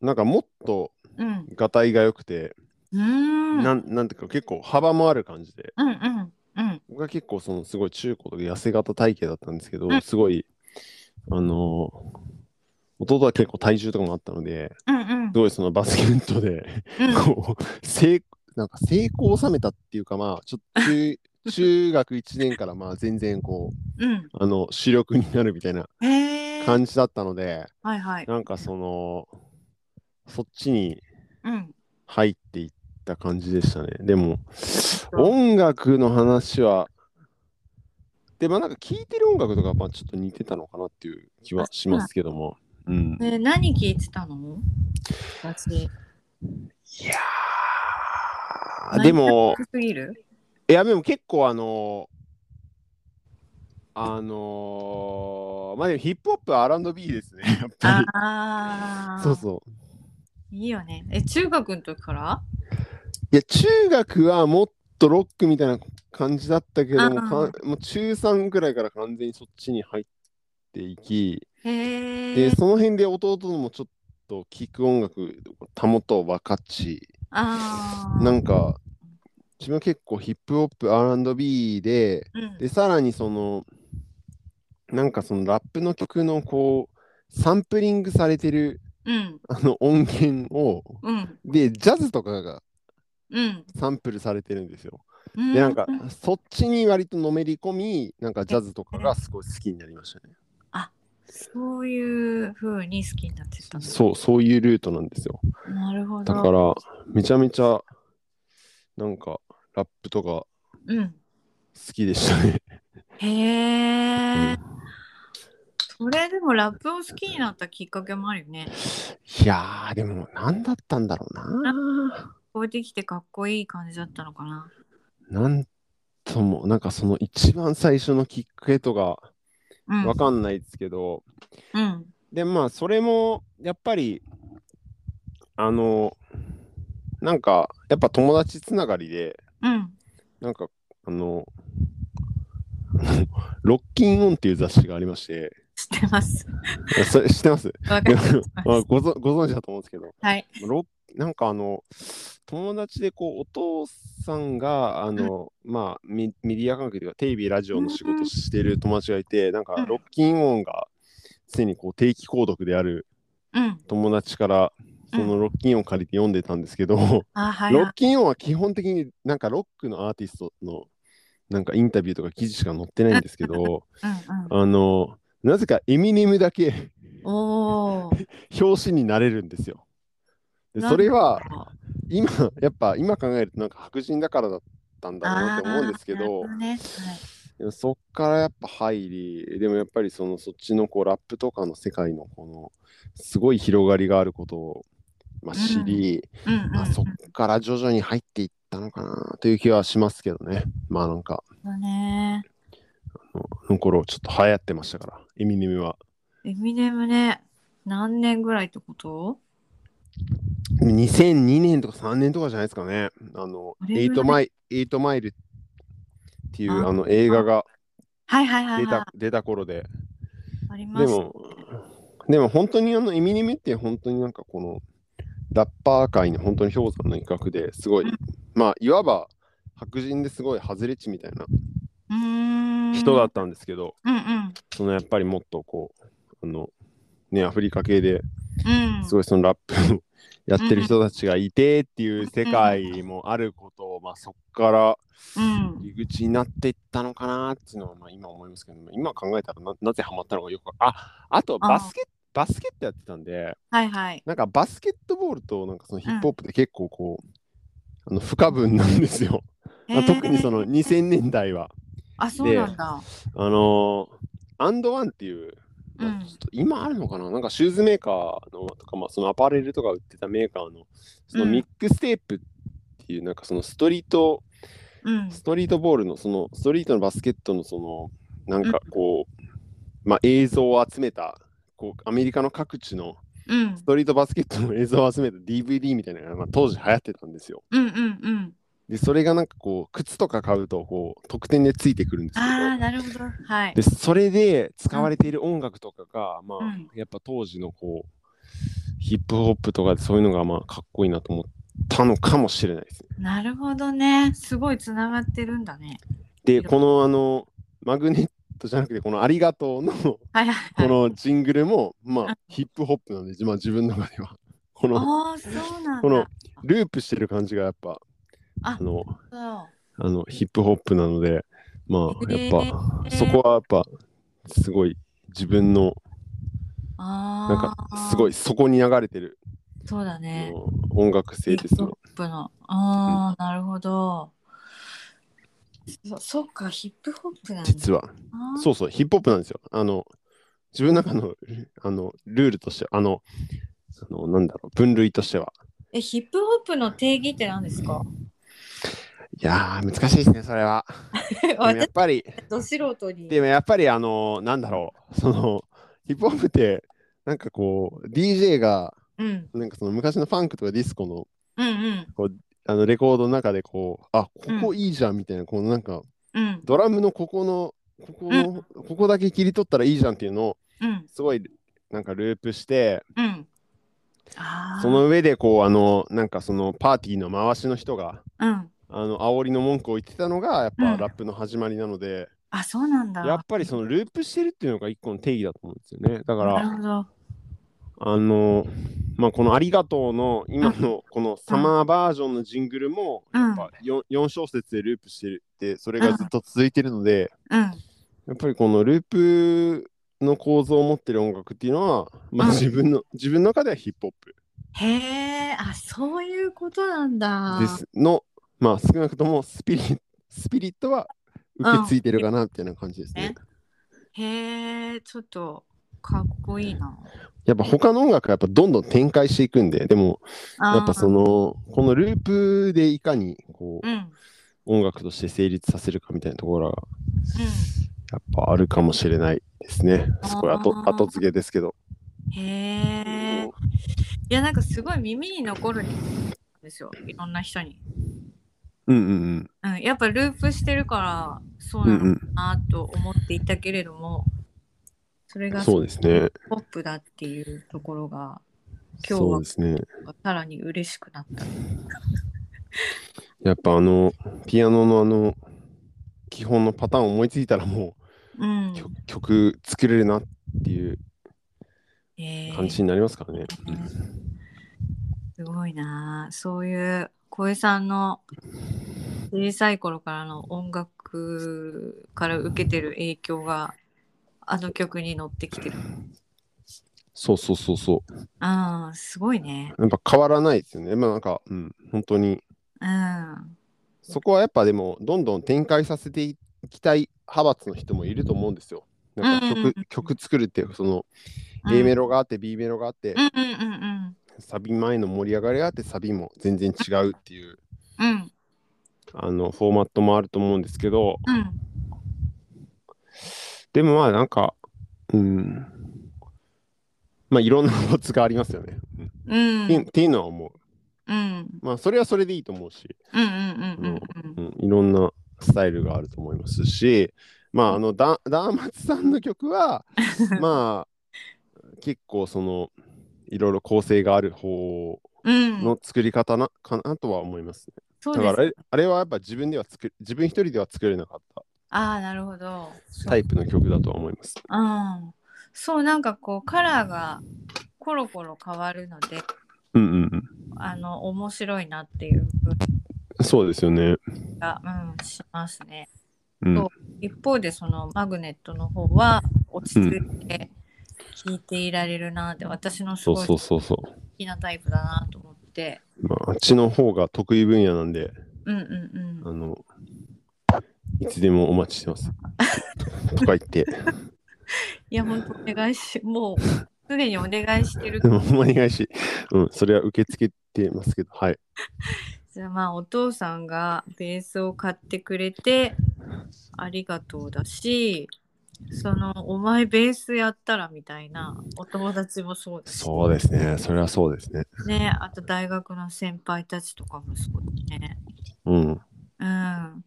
なんかもっとうんがたいが良くて、うんなんなんていうか結構幅もある感じでうんうんうん僕は結構そのすごい中古とか痩せ型体型だったんですけうど、んすごいあの弟は結構体重とかもあったのでうんうんすごいそのバスケットでこう成なんか成功を収めたっていうかまあちょっと 中中学1年からまあ全然こううんあの主力になるみたいなうんへえ感じだったのではいはいなんかそのそっちにうん入っていった感じでしたねでも音楽の話はでまあなんか聴いてる音楽とかまあちょっと似てたのかなっていう気はしますけどもうんえ何聞いてたの私いやーで マニアッもクすぎるいやでも結構あのーあのーど、まあでもヒップホップは R&B ですね、やっぱり。ああ。そうそう。いいよね。え、中学の時からいや、中学はもっとロックみたいな感じだったけども、あかもう中3ぐらいから完全にそっちに入っていき、へえで、。その辺で弟のもちょっと聴く音楽、たもと分かち、ああ。なんか、自分は結構ヒップホップ、R&B で、うん、でさらにそのなんかそのラップの曲のこうサンプリングされてるうん、あの音源をうん、でジャズとかがうん。サンプルされてるんですよ。うんでなんかそっちに割とのめり込みなんかジャズとかがすごい好きになりましたね。そういう風に好きになってたんだ。そうそういうルートなんですよ。なるほど。だからめちゃめちゃなんかラップとかうん。好きでしたね。 へえ。それでもラップを好きになったきっかけもあるよね。いやーでも何だったんだろうな。こうできてかっこいい感じだったのかな。なんとも、なんかその一番最初のきっかけとかうん。わかんないですけど、うん。で、まあ、それもやっぱり、あの、なんか、やっぱ友達つながりで、うん。なんか、あの、 ロッキンオンっていう雑誌がありまして、知って ます。それ知ってます わかりまあす。ごぞご存知だと思うんですけど、はい。ロなんかあの友達でこうお父さんがあの、まあメメディア関係というかテレビラジオの仕事してる友達がいてなんかうんロッキンオンが常にこう定期購読であるうん。友達からそのロッキンオン借りて読んでたんですけど、あ、はいロはいッ。キンオンは基本的になんかロックのアーティストのなんかインタビューとか記事しか載ってないんですけ どうんうん。あのなぜかエミネムだけおお。表紙になれるんですよ。でなんそれはだろう今やっぱ今考えるとなんか白人だからだったんだろうなって思うんですけどあーなるほねでもそっからやっぱ入りでもやっぱりそのそっちのこうラップとかの世界のこのすごい広がりがあることを、まあ、うん知り、はいうんうんうんまあ、そっから徐々に入っていったのかなという気はしますけどねまあなんかだね。その頃ちょっと流行ってましたからエミネムはエミネムね、何年ぐらいってこと2002年とか3年とかじゃないですかねあのあれぐら8いマイ8マイルっていうああの映画がはいはいはい出はた出た頃でい。ありま。ですも、でも本当にあのエミネムって本当になんかこのラッパー界の本当に氷山の一角ですごい、うんまあいわば白人ですごい外れ値みたいなうーん。人だったんですけど、うんうん。そのやっぱりもっとこうあのねアフリカ系でうん。すごいそのラップを やってる人たちがいてっていう世界もあることを、まあそっからうん。入り口になっていったのかなっていうのは、まあ、今思いますけど、今考えたらななぜハマったのかよくああとバスケバスケットやってたんではいはい。なんかバスケットボールとなんかそのヒップホップって結構こう、あの不可分なんですよ、まあ特にその。の2000年代はあ、そうなんだ。あのーアンドワンっていう、まあうんちょっと今あるのかななんかシューズメーカーのとか、まあ、そのアパレルとか売ってたメーカーのそのうんミックステープっていうなんかそのストリート、うん。ストリートボールのそのストリートのバスケットのそのなんかこう、まあ映像を集めたこうアメリカの各地のうんス。トリートバスケットの映像を集めた DVD みたいなのが、まあ、当時流行ってたんですよ。うんうんうん。でそれがなんかこう靴とか買うとこう特典でついてくるんですけああ、ど。なるほど。はいで。それで使われている音楽とかが、まあうんやっぱ当時のこうヒップホップとかでそういうのがまあかっこいいなと思ったのかもしれないですねなるほどね。すごいつながってるんだね。でこのあのマグネットじゃなくてこの「ありがとう」のはいはいこはい。のジングルも、まうんあ、ヒップホップなんで、まあ、自分の中では。このああ、そうなんだ。このループしてる感じがやっぱ、ああの、そうあのヒップホップなので、まあ、へやえっぱ、そこはやっぱ、すごい自分の、あなあ。んか、すごい、。そこに流れてる、そうだあね。の音楽性ですヒップ。ねホップの。ああ、なるほど。そそっか、ヒップホップなんだ。実は。あーそうそう、ヒップホップなんですよ。あの、自分の中の、 あの、ルールとして、あの、その、なんだろう、分類としては。え、ヒップホップの定義って何ですかいやー、難しいですね、それは。でもやっ私ぱり、ど素人に。でもやっぱり、あの、なんだろう、その、ヒップホップって、なんかこう、DJ が、うんなんかその昔のファンクとかディスコのうんうんあのレコードの中でこう、あ、ここいいじゃんみたいな、このなんか、うんドラムのここの、ここの、ここだけ切り取ったらいいじゃんっていうのを、うんすごい、なんかループして、うん。ああ。その上でこう、あの、なんかそのパーティーの回しの人が、うん。あの、煽りの文句を言ってたのが、やっうぱんラップの始まりなので、あそうなんだ。やっぱりそのループしてるっていうのが一個の定義だと思うんですよね。だから、なるほど。あのまあこの「ありがとう」の今のこのサマーバージョンのジングルもうんやっぱ 4, 4小節でループしてるってそれがずっと続いてるのでうんやっぱりこのループの構造を持ってる音楽っていうのは、まあ、うん自分の自分の中ではヒップホップへえ、あ、そういうことなんだ。ですのまあ少なくともスピリ スピリットは受け継いでるかなっていうような感じですね。へえ、ちょっとかっこいいな。やっぱ他の音楽はやっぱどんどん展開していくんででもあーやっぱそのこのループでいかにこううん、うん、音楽として成立させるかみたいなところがやっぱあるかもしれないですね。すごい後あー後付けですけど。へえ。いや、なんかすごい耳に残るんですよ、いろんな人に。うんうんうん、やっぱループしてるから、そううん。うなんのうかん。なと思っていたけれども、それがそうですね。ポップだっていうところが、今日そうですね。はさらに嬉しくなった。やっぱあの、ピアノのあの、基本のパターンを思いついたらもうんう、曲曲作れるなっていうへえ感じになりますからね。うんすごいなあそういう小江さんの小さい頃からの音楽から受けてる影響があの曲に乗ってきてるそうそうそうそう。ああすごいねやっぱ変わらないですよね。まあなんか、うん、本当に。うんそこはやっぱでも、どんどん展開させていきたい派閥の人もいると思うんですよ。なんかうん曲,、うんうん曲作るって、その、うん A メロがあって B メロがあって、うんうんうんサビ前の盛り上がりがあってサビも全然違うっていううんうんあのフォーマットもあると思うんですけどうんでもまあなんかうんまあいろんなコツがありますよね。うんうんっていうっていうのは思う。うんまあそれはそれでいいと思うし、うんうんうんうんうんうん、いろんなスタイルがあると思いますしまああのだダーマツさんの 曲はまあ結構そのいろいろ構成がある方うんの作り方な、かなとは思いますねそうだでかすらあれあれはやっぱ自分では作る自分一人では作れなかったああなるほどタイプの曲だとは思います。うんそうなんかこうカラーがコロコロ変わるのでうんうんうん。あの面白いなっていうふうそうですよね。が、うん、しますね。うん。そう一方でそのマグネットの方は落ち着いて聞いていられるなって、私のすそうごいそう好そうそきなタイプだなと思って。う。まあ、あっちの方が得意分野なんで、うんうんうあん。の、いつでもお待ちし てます。とか言って、いや本当お願いし もうすでにお願いしてるでもお願いし、うん、それは受け付けてますけど、はい。じゃあまあお父さんがベースを買ってくれてありがとうだしそのお前ベースやったらみたいなお友達もそうだしそうですね。それはそうですね。ねあと大学の先輩たちとかもそうだね。うん。うん、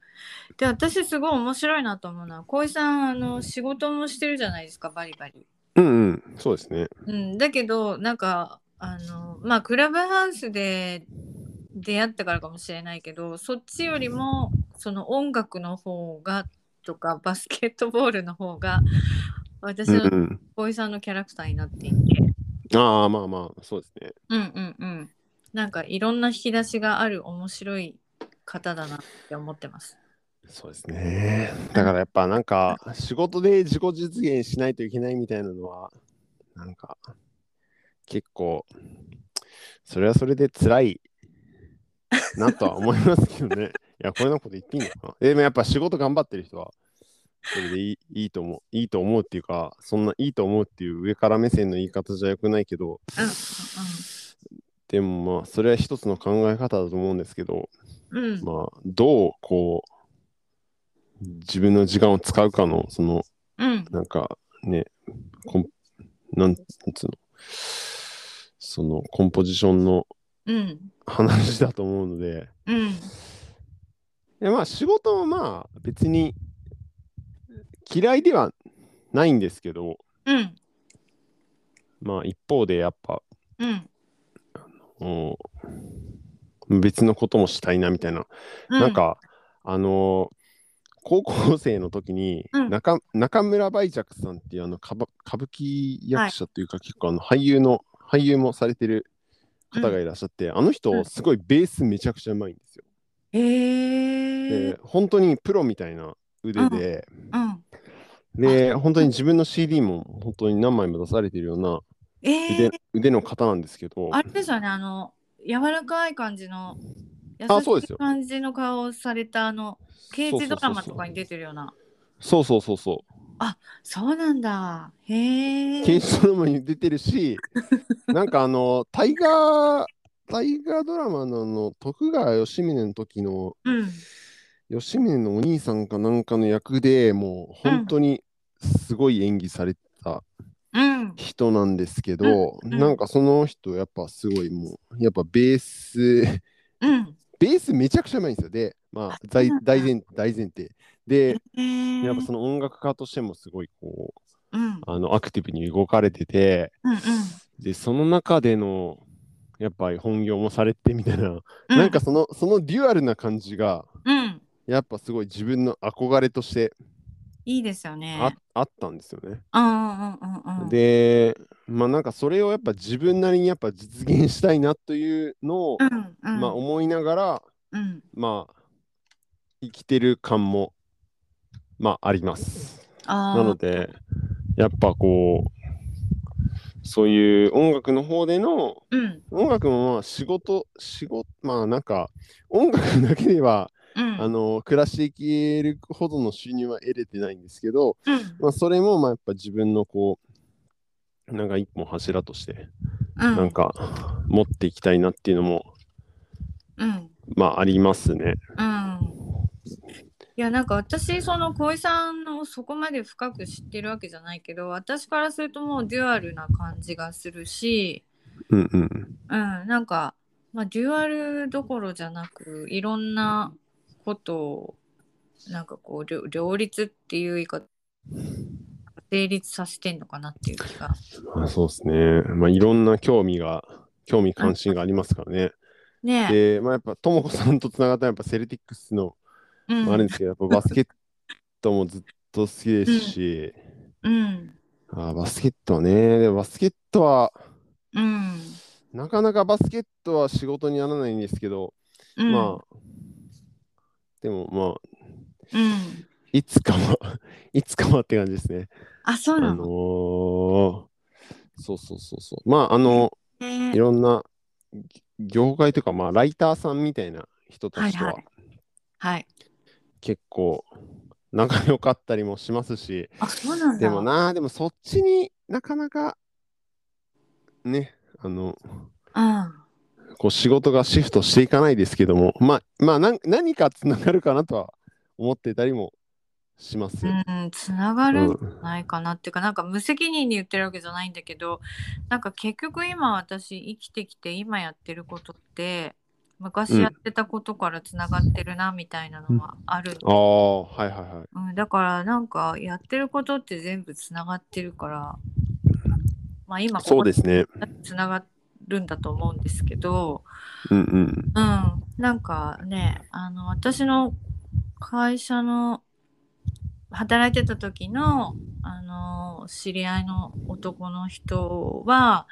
で私すごい面白いなと思うのは浩井さんあの仕事もしてるじゃないですかバリバリ。うんうん。そうですね。うん、だけどなんかあのまあクラブハウスで出会ったからかもしれないけどそっちよりもその音楽の方がとかバスケットボールの方が私うんうのん。浩井さんのキャラクターになっていて。ああ、まあまあ、そうですね。うんうんうん。なんかいろんな引き出しがある面白い方だなって思ってます。そうですね。だからやっぱなんか、仕事で自己実現しないといけないみたいなのは、なんか、結構、それはそれで辛いなとは思いますけどね。いや、これのこと言っていいのかな。でもやっぱ仕事頑張ってる人は、それでいいいいと思う。いいと思うっていうか、そんないいと思うっていう上から目線の言い方じゃよくないけど、うんでもまあ、それは一つの考え方だと思うんですけど、ううん。まあ、どうこう自分の時間を使うかのそのうん。なんかねコンなんつうのそのコンポジションのうん。話だと思うのでうん。いやまあ仕事もまあ別に嫌いではないんですけどうん。まあ一方でやっぱうん。もう別のこともしたいなみたいななん、か、あのー高校生の時に、うん中中村梅雀さんっていうあの歌舞歌舞伎役者というか、結構あの俳優の俳優もされてる方がいらっしゃって、あのう人んすごいベースめちゃくちゃうまいんですよ。へえで。本当にプロみたいな腕で、うん。で本当に自分の CD も本当に何枚も出されてるようなえ腕,、え。腕の方なんですけどあれですよね、あの、柔らかい感じの、優あそうしですよい感じの顔をされた、あの、刑事ドラマとかに出てるような。そうそうそうそうそうなんだ。へえ。刑事ドラマに出てる しなんかあの大河大河ドラマのあの徳川吉宗の時のうん。吉宗のお兄さんかなんかの役でもう本当にすごい演技されてたうん。人なんですけど、うんうんなんかその人やっぱすごいもうやっぱベース うん。ベースめちゃくちゃうまいんですよでまあ大そうなんだ大前大前提でへえ。やっぱその音楽家としてもすごいこううん。うん。あのアクティブに動かれてて、うん。でその中でのやっぱり本業もされてみたいな、うなんか、そのそのデュアルな感じがうん。やっぱすごい自分の憧れとしていいですよね。あ,、あったんですよね。うんうんうんうん。、でまあなんかそれをやっぱ自分なりにやっぱ実現したいなというのを、うんうん、まあ思いながらうん。まあ生きてる感もまああります。あーなのでやっぱこうそういう音楽の方でのうん音楽もまあ仕事仕事まあなんか音楽だけでは、うん。あの暮らしていけるほどの収入は得れてないんですけど、うんまあ、それもまあやっぱ自分のこうなんか一本柱としてうんなんか持っていきたいなっていうのもうんまあありますね。うん。いやなんか私その小井さんのそこまで深く知ってるわけじゃないけど私からするともうデュアルな感じがするし、うんうんうん、なんか、まあ、デュアルどころじゃなくいろんなことをなんかこう両両立っていう言い方成立させてんのかなっていう気がまあ、そうですね。まあいろんな興味が興味関心がありますからね。ねえ、でまあやっぱともこさんとつながったのはやっぱセルティックスのうん、あるんですけど、やっぱバスケットもずっと好きですし。うんあーバスケットね。でもバスケットは、うんなかなかバスケットは仕事にならないんですけど、うんまあ、でもまあ、うんいつかは、 いつかはって感じですね。あそあうなのの、ーそうそうそうそう。まあ、あの、ねいろんなぎ業界というか、まあ、ライターさんみたいな人たちとはいははいはい結構仲良かったりもしますし、あそうなんだでもな、でもそっちになかなか、ね、あの、うこう仕事がシフトしていかないですけども、まあ、まあ、なん何かつながるかなとは思っていたりもしますよ。ん、うん、つながるんじうんゃないかなっていうか、なんか無責任に言ってるわけじゃないんだけどなんか結局今私生きてきて今やってることって昔やってたことからつながってるなみたいなのはある、ああ、はいはいはい。うんだからなんかやってることって全部つながってるからまあ今こそうこでですね。つながるんだと思うんですけど、うんうん。うん、なんかねあの私の会社の働いてた時のあの知り合いの男の人は、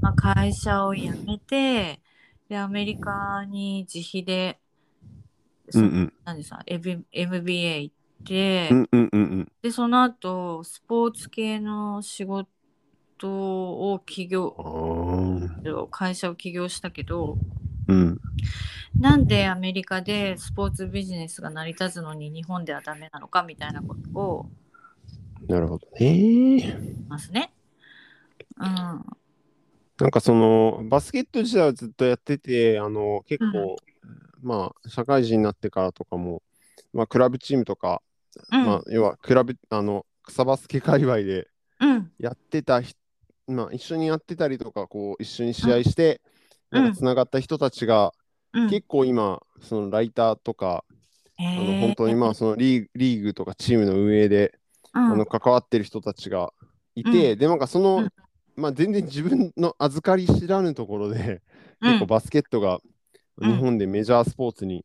まあ、会社を辞めてでアメリカに自費で、うそんうん。なんですか M- MBA 行って、うんうんうんうん。でその後スポーツ系の仕事を起業ああ。会社を起業したけど、うん。なんでアメリカでスポーツビジネスが成り立つのに日本ではダメなのかみたいなことをなるほどね。言いますね。うん。なんかそのバスケット自体はずっとやってて、あの結構、まあ、社会人になってからとかも、まあ、クラブチームとか、うん、まあ、要はクラブあの草バスケ界隈でうん、やってた人、まあ、一緒にやってたりとかこう一緒に試合してうんなんかつながった人たちが、うん、結構今そのライターとか、あのへー本当にまあそのリーグリーグとかチームの運営で、うんあの関わってる人たちがいて、でなんかその、うんまあ、全然自分の預かり知らぬところで、うん結構バスケットがうん日本でメジャースポーツに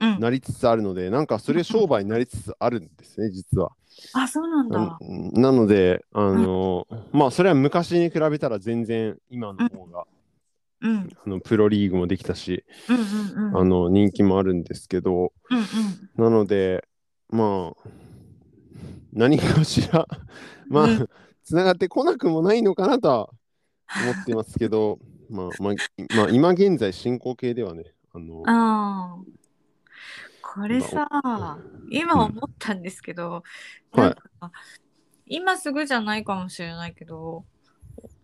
うんなりつつあるので、なんかそれ商売になりつつあるんですね実は。あそうなんだ、うんなのであの、まあそれは昔に比べたら全然今の方が、うん、うんあのプロリーグもできたし、うんうんうんあの人気もあるんですけどうんなのでまあ何かしら まあ、うんつながってこなくもないのかなとは思ってますけ どまあ、まあ、まあ今現在進行形ではねあのうんあーこれさ今思ったんですけど、うんはないんか今すぐじゃないかもしれないけど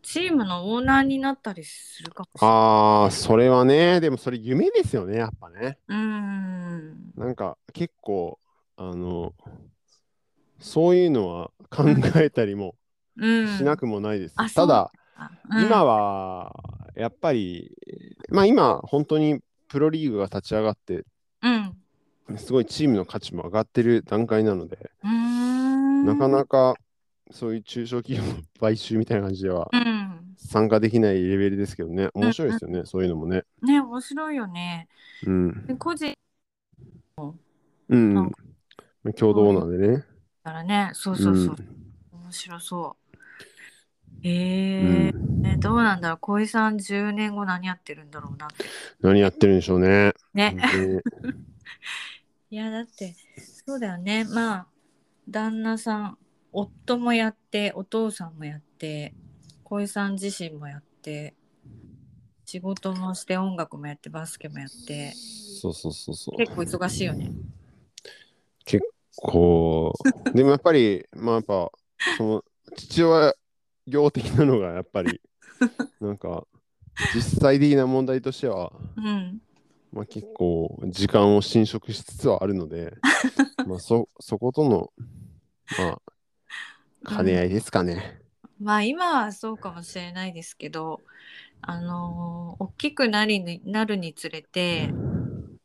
チームのオーナーになったりするかもしれないああそれはねでもそれ夢ですよねやっぱねうーんなんか結構あのそういうのは考えたりもうんしなくもないです、あそたうだ、うん今はやっぱりまあ今本当にプロリーグが立ち上がってうんすごいチームの価値も上がってる段階なので、うーんなかなかそういう中小企業の買収みたいな感じではうん参加できないレベルですけどね面白いですよね、そういうのもねね面白いよねうんで個人うん、なん共同なんでねだからねそうそうそう、面白そうえーうんね、どうなんだろう小井さん10年後何やってるんだろうなって何やってるんでしょうねね本当にいやだってそうだよねまあ旦那さん夫もやってお父さんもやって小井さん自身もやって仕事もして音楽もやってバスケもやってそうそうそうそう結構忙しいよねこう でもやっぱりまあやっぱその父親業的なのがやっ ぱりなんか実際的な問題としては、うんまあ、結構時間を侵食しつつはあるの でまあそそことのまあ兼ね合いですかね。まあ今はそうかもしれないですけどあのー大きくなりになるにつれて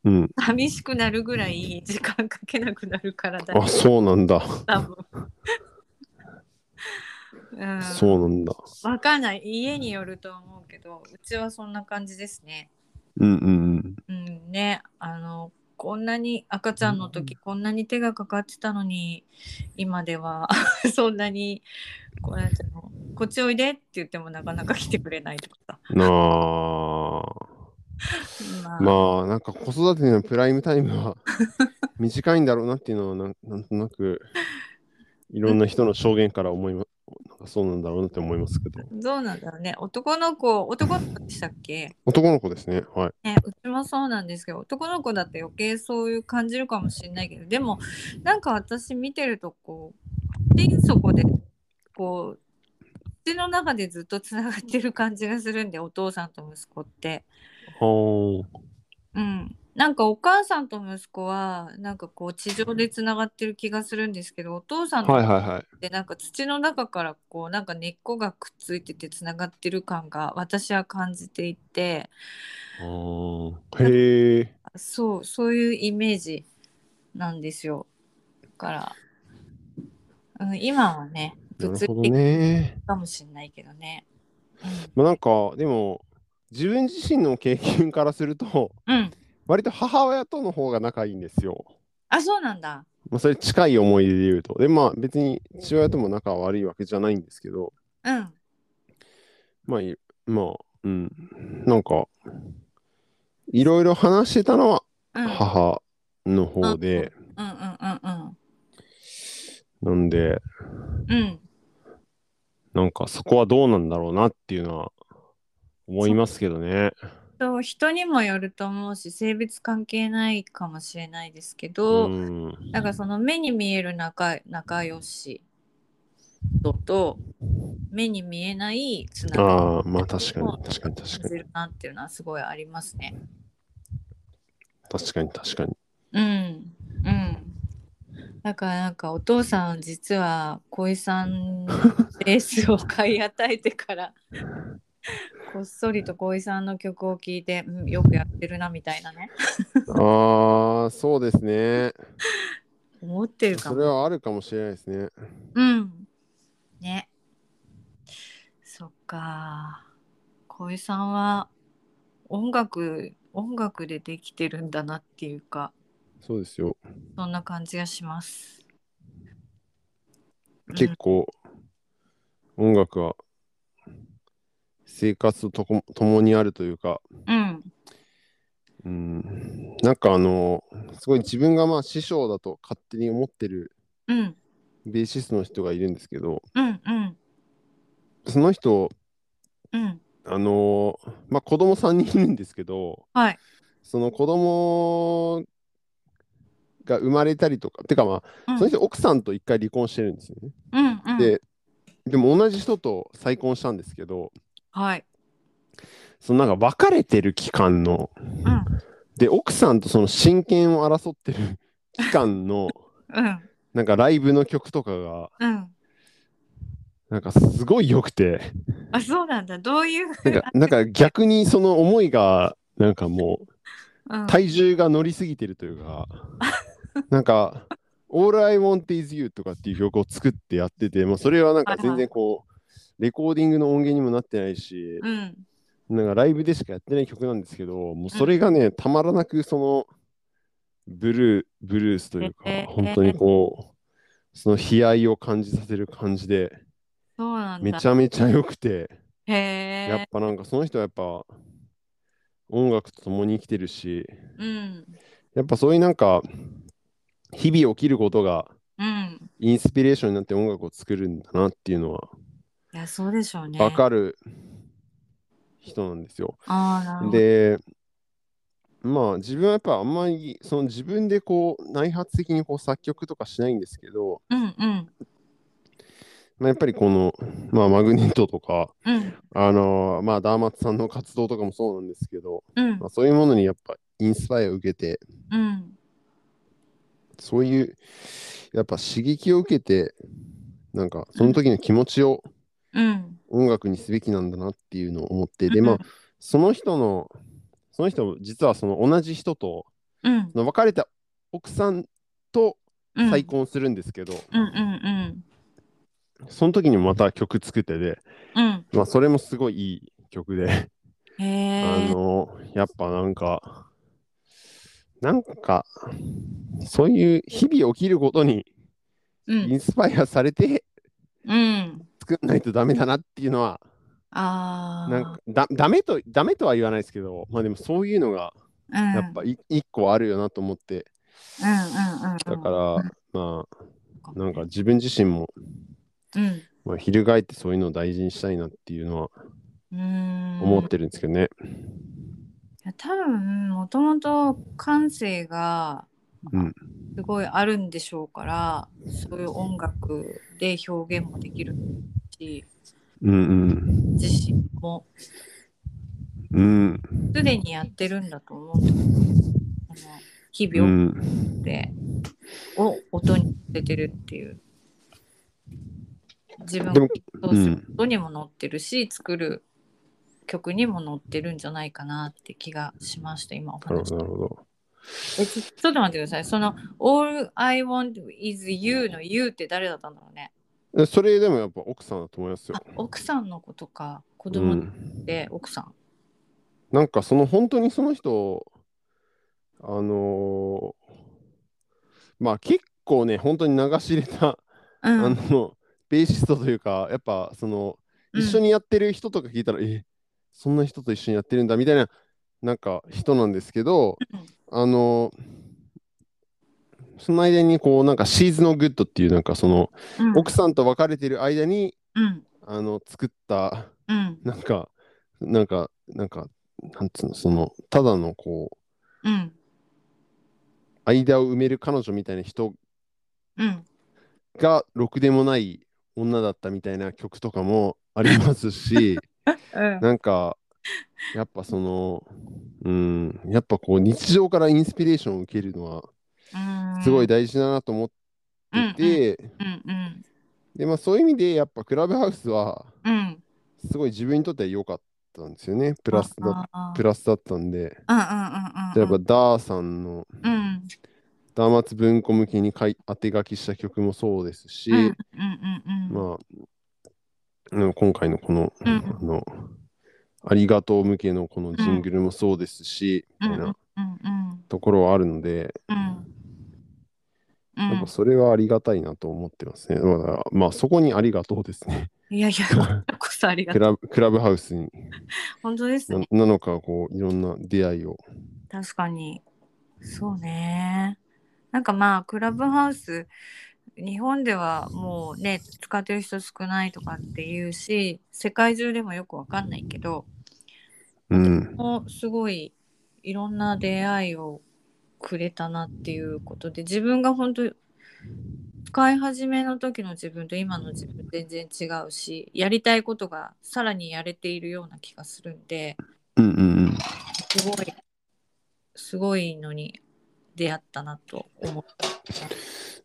うん、寂しくなるぐらい時間かけなくなるからだよあそうなんだ、多分。うん、そうなんだ。わかんない家によると思うけどうちはそんな感じですね。うんうんうん、ねあのこんなに赤ちゃんの時こんなに手がかかってたのに今では そんなにこうやってもこっちおいでって言ってもなかなか来てくれないとかさ。うん。なあ。まあまあなんか子育てのプライムタイム は短いんだろうなっていうのはなんなんとなくいろんな人の証言から思いまなんかそうなんだろうなって思いますけどどうなんだろうね男の子男の子でしたっけ男の子ですねはいね、うちもそうなんですけど男の子だって余計そういう感じるかもしれないけどでもなんか私見てるとこう心底でこう口の中でずっとつながってる感じがするんでお父さんと息子って。はうん、なんかお母さんと息子はなんかこう地上でつながってる気がするんですけどお父さんあはいとはいはいってなんか土の中からこうなんか根っこがくっついててつながってる感が私は感じていて。あーへえそう、そういうイメージなんですよ。だから、うん、今はね、なる物ほど理的ねかもしれないけどね。まあなんかでも自分自身の経験からするとうん。うん、割と母親との方が仲いいんですよあ、そうなんだ。まあそれ近い思い出で言うとでまあ別に父親とも仲は悪いわけじゃないんですけどうん。まあ、いまあ、うん、なんか、いろいろ話してたのはうん。母の方で、うんうんうんなんで、うん。うん。なんかそこはどうなんだろうなっていうのは思いますけどね。そう、人にもよると思うし、性別関係ないかもしれないですけうど、ん、なんかその目に見える仲仲良しとと、目に見えないつながりああ、まあ確かに、確かにを確感かじに。るなっていうのはすごいありますね。確かに確かに。うんうんだからなんかお父さん実は小井さんにベースを買い与えてから こっそりと小井さんの曲を聴いて、うん、よくやってるなみたいなねああ、そうですね。思ってるかそれも。はあるかもしれないですね。うん。ね。そっか。小井さんは音楽音楽でできてるんだなっていうかそうですよ。そんな感じがします。うん結構、音楽は生活とこ共にあるというか、うんうん、なんかあの、すごい自分がまあ師匠だと勝手に思ってるうんベーシストの人がいるんですけど、うんうんその人、うんあのーまあ子供3人いるんですけど、はいその子供が生まれたりとか、てかまうあ、んその人奥さんと一回離婚してるんですよね。うんうんで、でも同じ人と再婚したんですけど、はいそのなんか別れてる期間の、んで、奥さんとその親権を争ってる期間の、うんなんかライブの曲とかが、うんなんかすごい良く て、あそうなんだどういう、なんかなんか逆にその思いが、なんかもう、うん、体重が乗りすぎてるというかなんか「All I Want Is You」とかっていう曲を作ってやってて、まあ、それはなんか全然こうレコーディングの音源にもなってないしうんなんかライブでしかやってない曲なんですけどもうそれがねたまらなくそのブルーブルースというかえー本当にこうその悲哀を感じさせる感じでそうなんだめちゃめちゃ良くてへやっえぱなんかその人はやっぱ音楽と共に生きてるしうんやっぱそういうなんか日々起きることがうんインスピレーションになって音楽を作るんだなっていうのはいやそうでしょうね分かる人なんですよ。ああなるほどでまあ自分はやっぱあんまりその自分でこう内発的にこう作曲とかしないんですけど、うんうんまあ、やっぱりこの、まあ、マグネットとかうんあのーまあダーマツさんの活動とかもそうなんですけど、うんまあ、そういうものにやっぱインスパイアを受けてうんそういう、やっぱ刺激を受けて、なんかその時の気持ちをうん音楽にすべきなんだなっていうのを思って、で、まあ、その人の、その人、実はその同じ人と、うんその別れた奥さんとうん再婚するんですけど、うんうんその時にもまた曲作ってで、うんまあ、それもすごいいい曲で、うんあへえの、やっぱなんか、なんか、そういう日々起きることにうイんンスパイアされて、うん作んないとダメだなっていうのはああなんかだダメとダメとは言わないですけどまあでもそういうのがうんやっぱい一個あるよなと思ってうんうんうんだからまあなんか自分自身も、うんまあ、翻ってそういうのを大事にしたいなっていうのはうーん思ってるんですけどねいや多分もともと感性がうんすごいあるんでしょうから、そういう音楽で表現もできるしうん自身もうんうんすでにやってるんだと思うんだけどあの日う々ん起きて、を音に出てるっていう自分でもがそうすることにも乗ってるし、作る曲にも乗ってるんじゃないかなって気がしました今おなるほ話どなるほどえちょちょっと待ってください。その「All I want is you」の「you」って誰だったんだろうね。えそれでもやっぱ奥さんだと思いますよあ、奥さんのことか。子う供っん、て奥さん。なんかその本当にその人あのーまあ結構ね本当に流し入れたうん。あのベーシストというかやっぱそのうん一緒にやってる人とか聞いたら、えそんな人と一緒にやってるんだみたいななんか人なんですけど、うんあのその間にこうなんかシーズのグッドっていうなんかその、うん、奥さんと別れてる間にうん。あの作ったうん。なんかなんかなんかなんつうのそのただのこううん。間を埋める彼女みたいな人うん。がろくでも ない女だったみたいな曲とかもありますしうん。なんかやっぱその、うん、やっぱこう日常からインスピレーションを受けるのはうんすごい大事だなと思ってて、うんうんでまあそういう意味でやっぱクラブハウスはうんすごい自分にとっては良かったんですよね。プラスだあープラスだったんで、うんうんうんうん例えばダーさんのうんダーマツ文庫向けに書い当て書きした曲もそうですし、うんうんうんうんまあ、うん今回のこの,、うんあの、ありがとう向けのこのジングルもそうですし、うんみうたいんなうんところはあるので、うんうやっんぱそれはありがたいなと思ってますね。だからまあそこにありがとうですね。いやいや、こちらこそありがク とう。ラブクラブハウスに本当ですなね。なのかこういろんな出会いを。確かに。そうね。なんかまあ、クラブハウス、日本ではもうね、使ってる人少ないとかっていうし、世界中でもよくわかんないけど、うん、もうすごいいろんな出会いをくれたなっていうことで、自分が本当使い始めの時の自分と今の自分全然違うし、やりたいことがさらにやれているような気がするんで、うんうんすごい、すごいのに出会ったなと思った。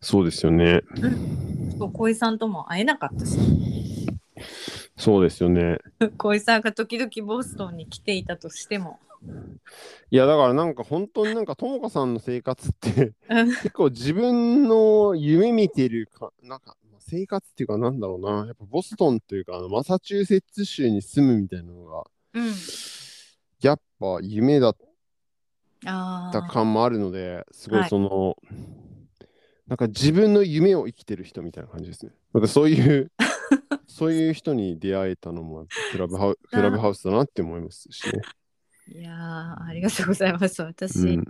そうですよね。そう小井さんとも会えなかったし、 そうですよね。小井さんが時々ボストンに来ていたとしても。いやだからなんか本当になんかともかさんの生活ってうん結構自分の夢見てるかなんかまあ生活っていうかなんだろうなやっぱボストンというかあのマサチューセッツ州に住むみたいなのがうん。やっぱ夢だあったあ。感もあるのですごはいいその、なんか自分の夢を生きてる人みたいな感じですねなんかそういう そういう人に出会えたのもやっぱクラブハウそっクかラブハウスだなって思いますしね、いやーありがとうございます。私、うん、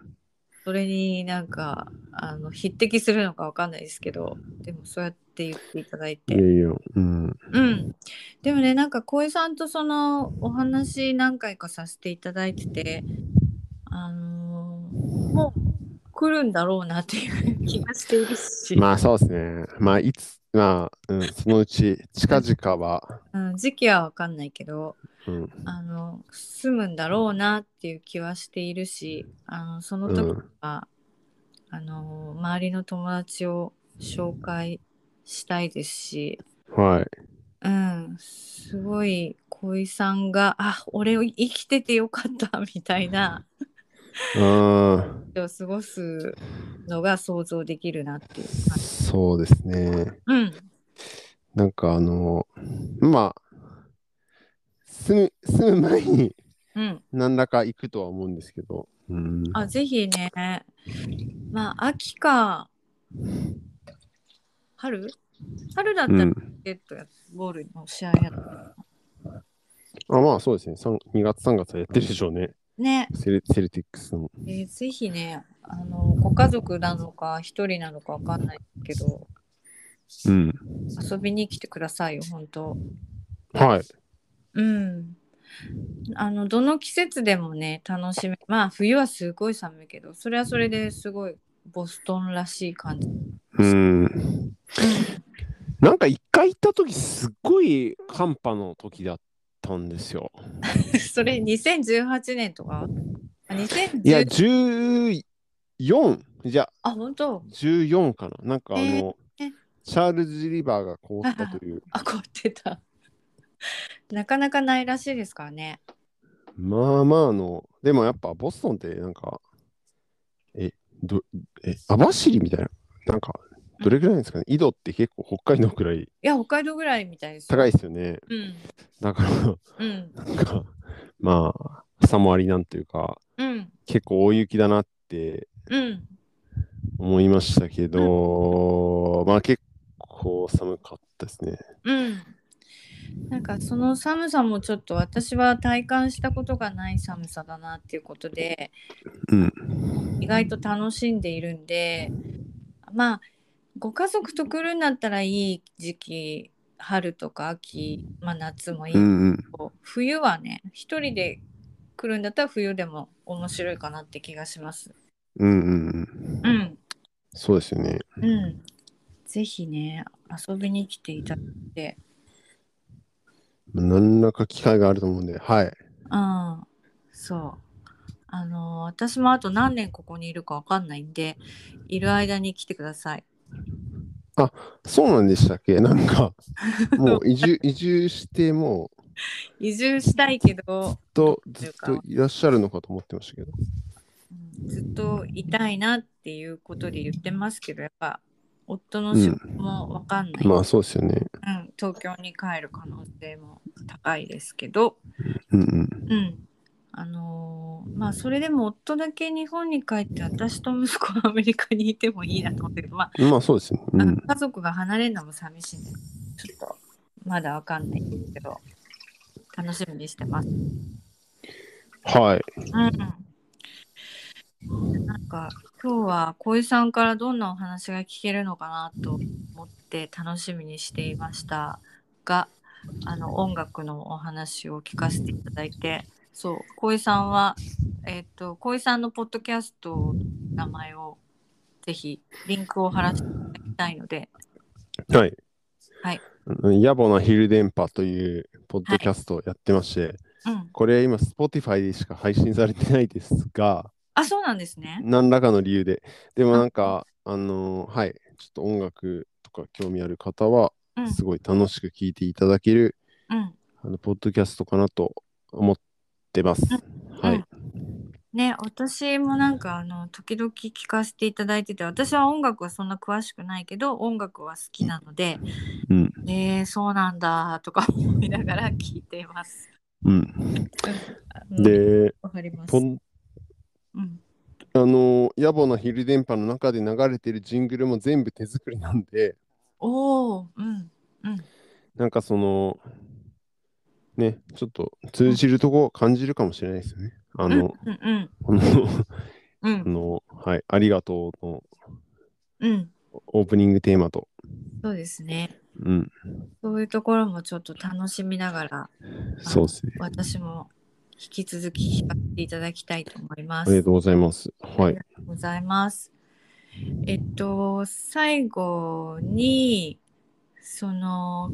それになんか、あの、匹敵するのかわかんないですけど、でもそうやって言っていただいていや。いやうんうん、でもねなんか小井さんとそのお話何回かさせていただいててあのーもう来るんだろうなっていう気がしているし、まあそうですね。まあいつ、まあ、うん、そのうち近 々は、うん、時期は分かんないけどうん、あの住むんだろうなっていう気はしているしあのそのう時ん、は、あのー周りの友達を紹介したいですしはい。うん、すごい小井さんが「あ俺を生きててよかった」 みたいなうん、を過ごすのが想像できるなっていう感じ。そうですね。うんなんかあの、まあ、住む、住む前にうん、何らか行くとは思うんですけど、うん、あぜひねまあ秋か春春だったうらん、ゲットやボールの試合やったあまあそうですね。三2月3月はやってるでしょうね。ね、セルセルティックスの。えーぜひねあのご家族なのか一人なのかわかんないけどうん。遊びに来てくださいよ本当はい。うん。あのどの季節でもね楽しめまあ冬はすごい寒いけどそれはそれですごいボストンらしい感じ。うん。なんか一回行った時すっごい寒波の時だったんですよ。 それ2018年とかあいや、 2010 14! じゃあ本当14かななんかあの、えーチャールズ・リバーが凍ったという、あこうやってた。なかなかないらしいですからね。まあまあの、でもやっぱボストンってなんか、え、ど、え、網走みたいな、なんか、どれぐらいなんですかね井戸って結構北海道くらいいや北海道ぐらいみたいですよ。高いですよね。うんだから、うんなんか、まあ、さもありなんというか、うん結構大雪だなってうん思いましたけど、まあ結構寒かったですね。うん。なんかその寒さもちょっと私は体感したことがない寒さだなっていうことで。うん。意外と楽しんでいるんでまあご家族と来るんだったらいい時期春とか秋、まあ、夏もいい、うんうん。冬はね一人で来るんだったら冬でも面白いかなって気がします。うんうんううん。ん、そうですよね。うん、ぜひね遊びに来ていただいて、何らか機会があると思うんで、はい。うん、そう。あのー私もあと何年ここにいるかわかんないんで、いる間に来てください。そうなんでしたっけなん か、もう移住、移住して、もう移住したいけど、ずっと、ずっといらっしゃるのかと思ってましたけど。うんずっといたいなっていうことで言ってますけど、やっぱ夫の仕事もわかんない、まあ、そうですよね。うん、東京に帰る可能性も高いですけど、うんうん。うん。あのーまあそれでも夫だけ日本に帰って私と息子はアメリカにいてもいいなと思ってるけど、まあ、まあそうですね。うあのん。家族が離れるのも寂しいんで、ちょっとまだわかんないんですけど、楽しみにしてます。はい。うん。なんか今日は小井さんからどんなお話が聞けるのかなと思って楽しみにしていましたが、あの音楽のお話を聞かせていただいて、そう小井さんはえっ、と小井さんのポッドキャストの名前をぜひリンクを貼らせていただきたいので、はい。はいうん。野暮な昼電波というポッドキャストをやってまして、うん。これ今 Spotify でしか配信されてないですが、あ、そうなんですね。何らかの理由で。でもなんか、あのーはい、ちょっと音楽とか興味ある方は、うん。すごい楽しく聴いていただける、うん。あの、ポッドキャストかなと思ってます。はい。ね、私もなんかあの時々聞かせていただいてて私は音楽はそんな詳しくないけど音楽は好きなので、うん。ねえそうなんだとか思いながら聞いています。うん。うん、で、わかります。ポうんンあのー野暮な昼電波の中で流れてるジングルも全部手作りなんで、 おお、うん、うん、なんかその、ね、ちょっと通じるとこを感じるかもしれないですよね。あうん、うのん、、うん、この、うあん、の、はい、ありがとうのうん、オープニングテーマと。そうですね。うん、そういうところもちょっと楽しみながら、そうですね。私も引き続き聞かせていただきたいと思いまあす。りがとうございます。はありいが。とうございます。えっと最後にその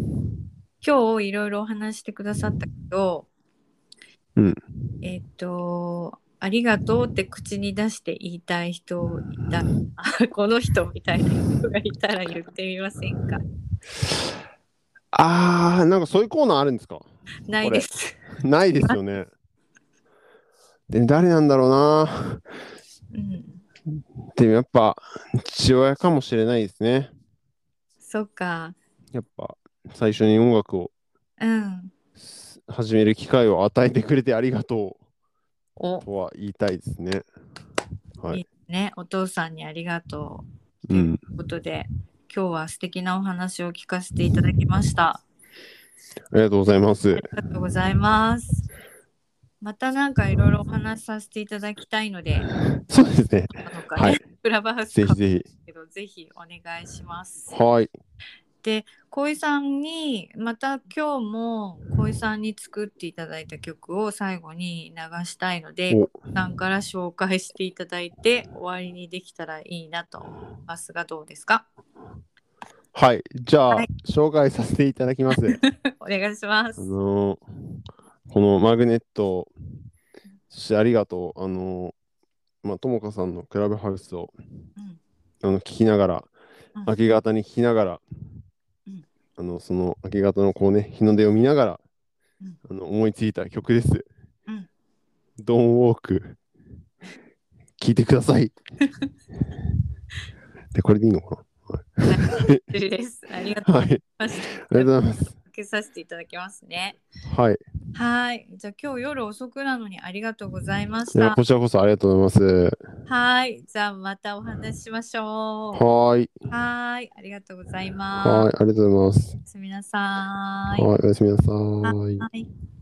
今日いろいろお話してくださったけど、うんえっと「ありがとう」って口に出して言いたい人いた あこの人みたいな人がいたら言ってみませんかあー、なんかそういうコーナーあるんですかないです。ないですよね。で、誰なんだろうな。うん、でもやっぱ、父親かもしれないですね。そっかやっぱ、最初に音楽をうんす始める機会を与えてくれてありがとおうとは言いたいですね。はいいい。ねお父さんにありがとう。うん。ということで今日は素敵なお話を聞かせていただきましたありがとうございますあ。りがとうございますまたなんかいろいろお話しさせていただきたいのでそうですね。あのはいクラブハウスぜかもひしれないぜけどぜひお願いしますひ。はい。小井さんにまた今日も小井さんに作っていただいた曲を最後に流したいのでお小井さんから紹介していただいて終わりにできたらいいなと思いますがどうですか はい。じゃあ、はい紹介させていただきます。お願いしまあす。のーこのマグネット、そしてありがとう。あのーまあ、ともかさんのクラブハウスを、うんあの、聞きながら、うん明け方に聞きながら、うんあの、その明け方のこうね、日の出を見ながら、うんあの、思いついた曲です。うんドンウォーク、聞いてくだ さい。で、これでいいのか失礼ですありがとうなはい。ございます。ありがとうございます。受けさせていただきますね。はい。はい。じゃあ今日夜遅くなのにありがとうございましいやた。こちらこそありがとうございます。はい。じゃあまたお話ししましょはーい。う。はい。ありがとうございはーいま。ありがとうございます。す。おやすみなさーい。はい。おやすみなさーい。はい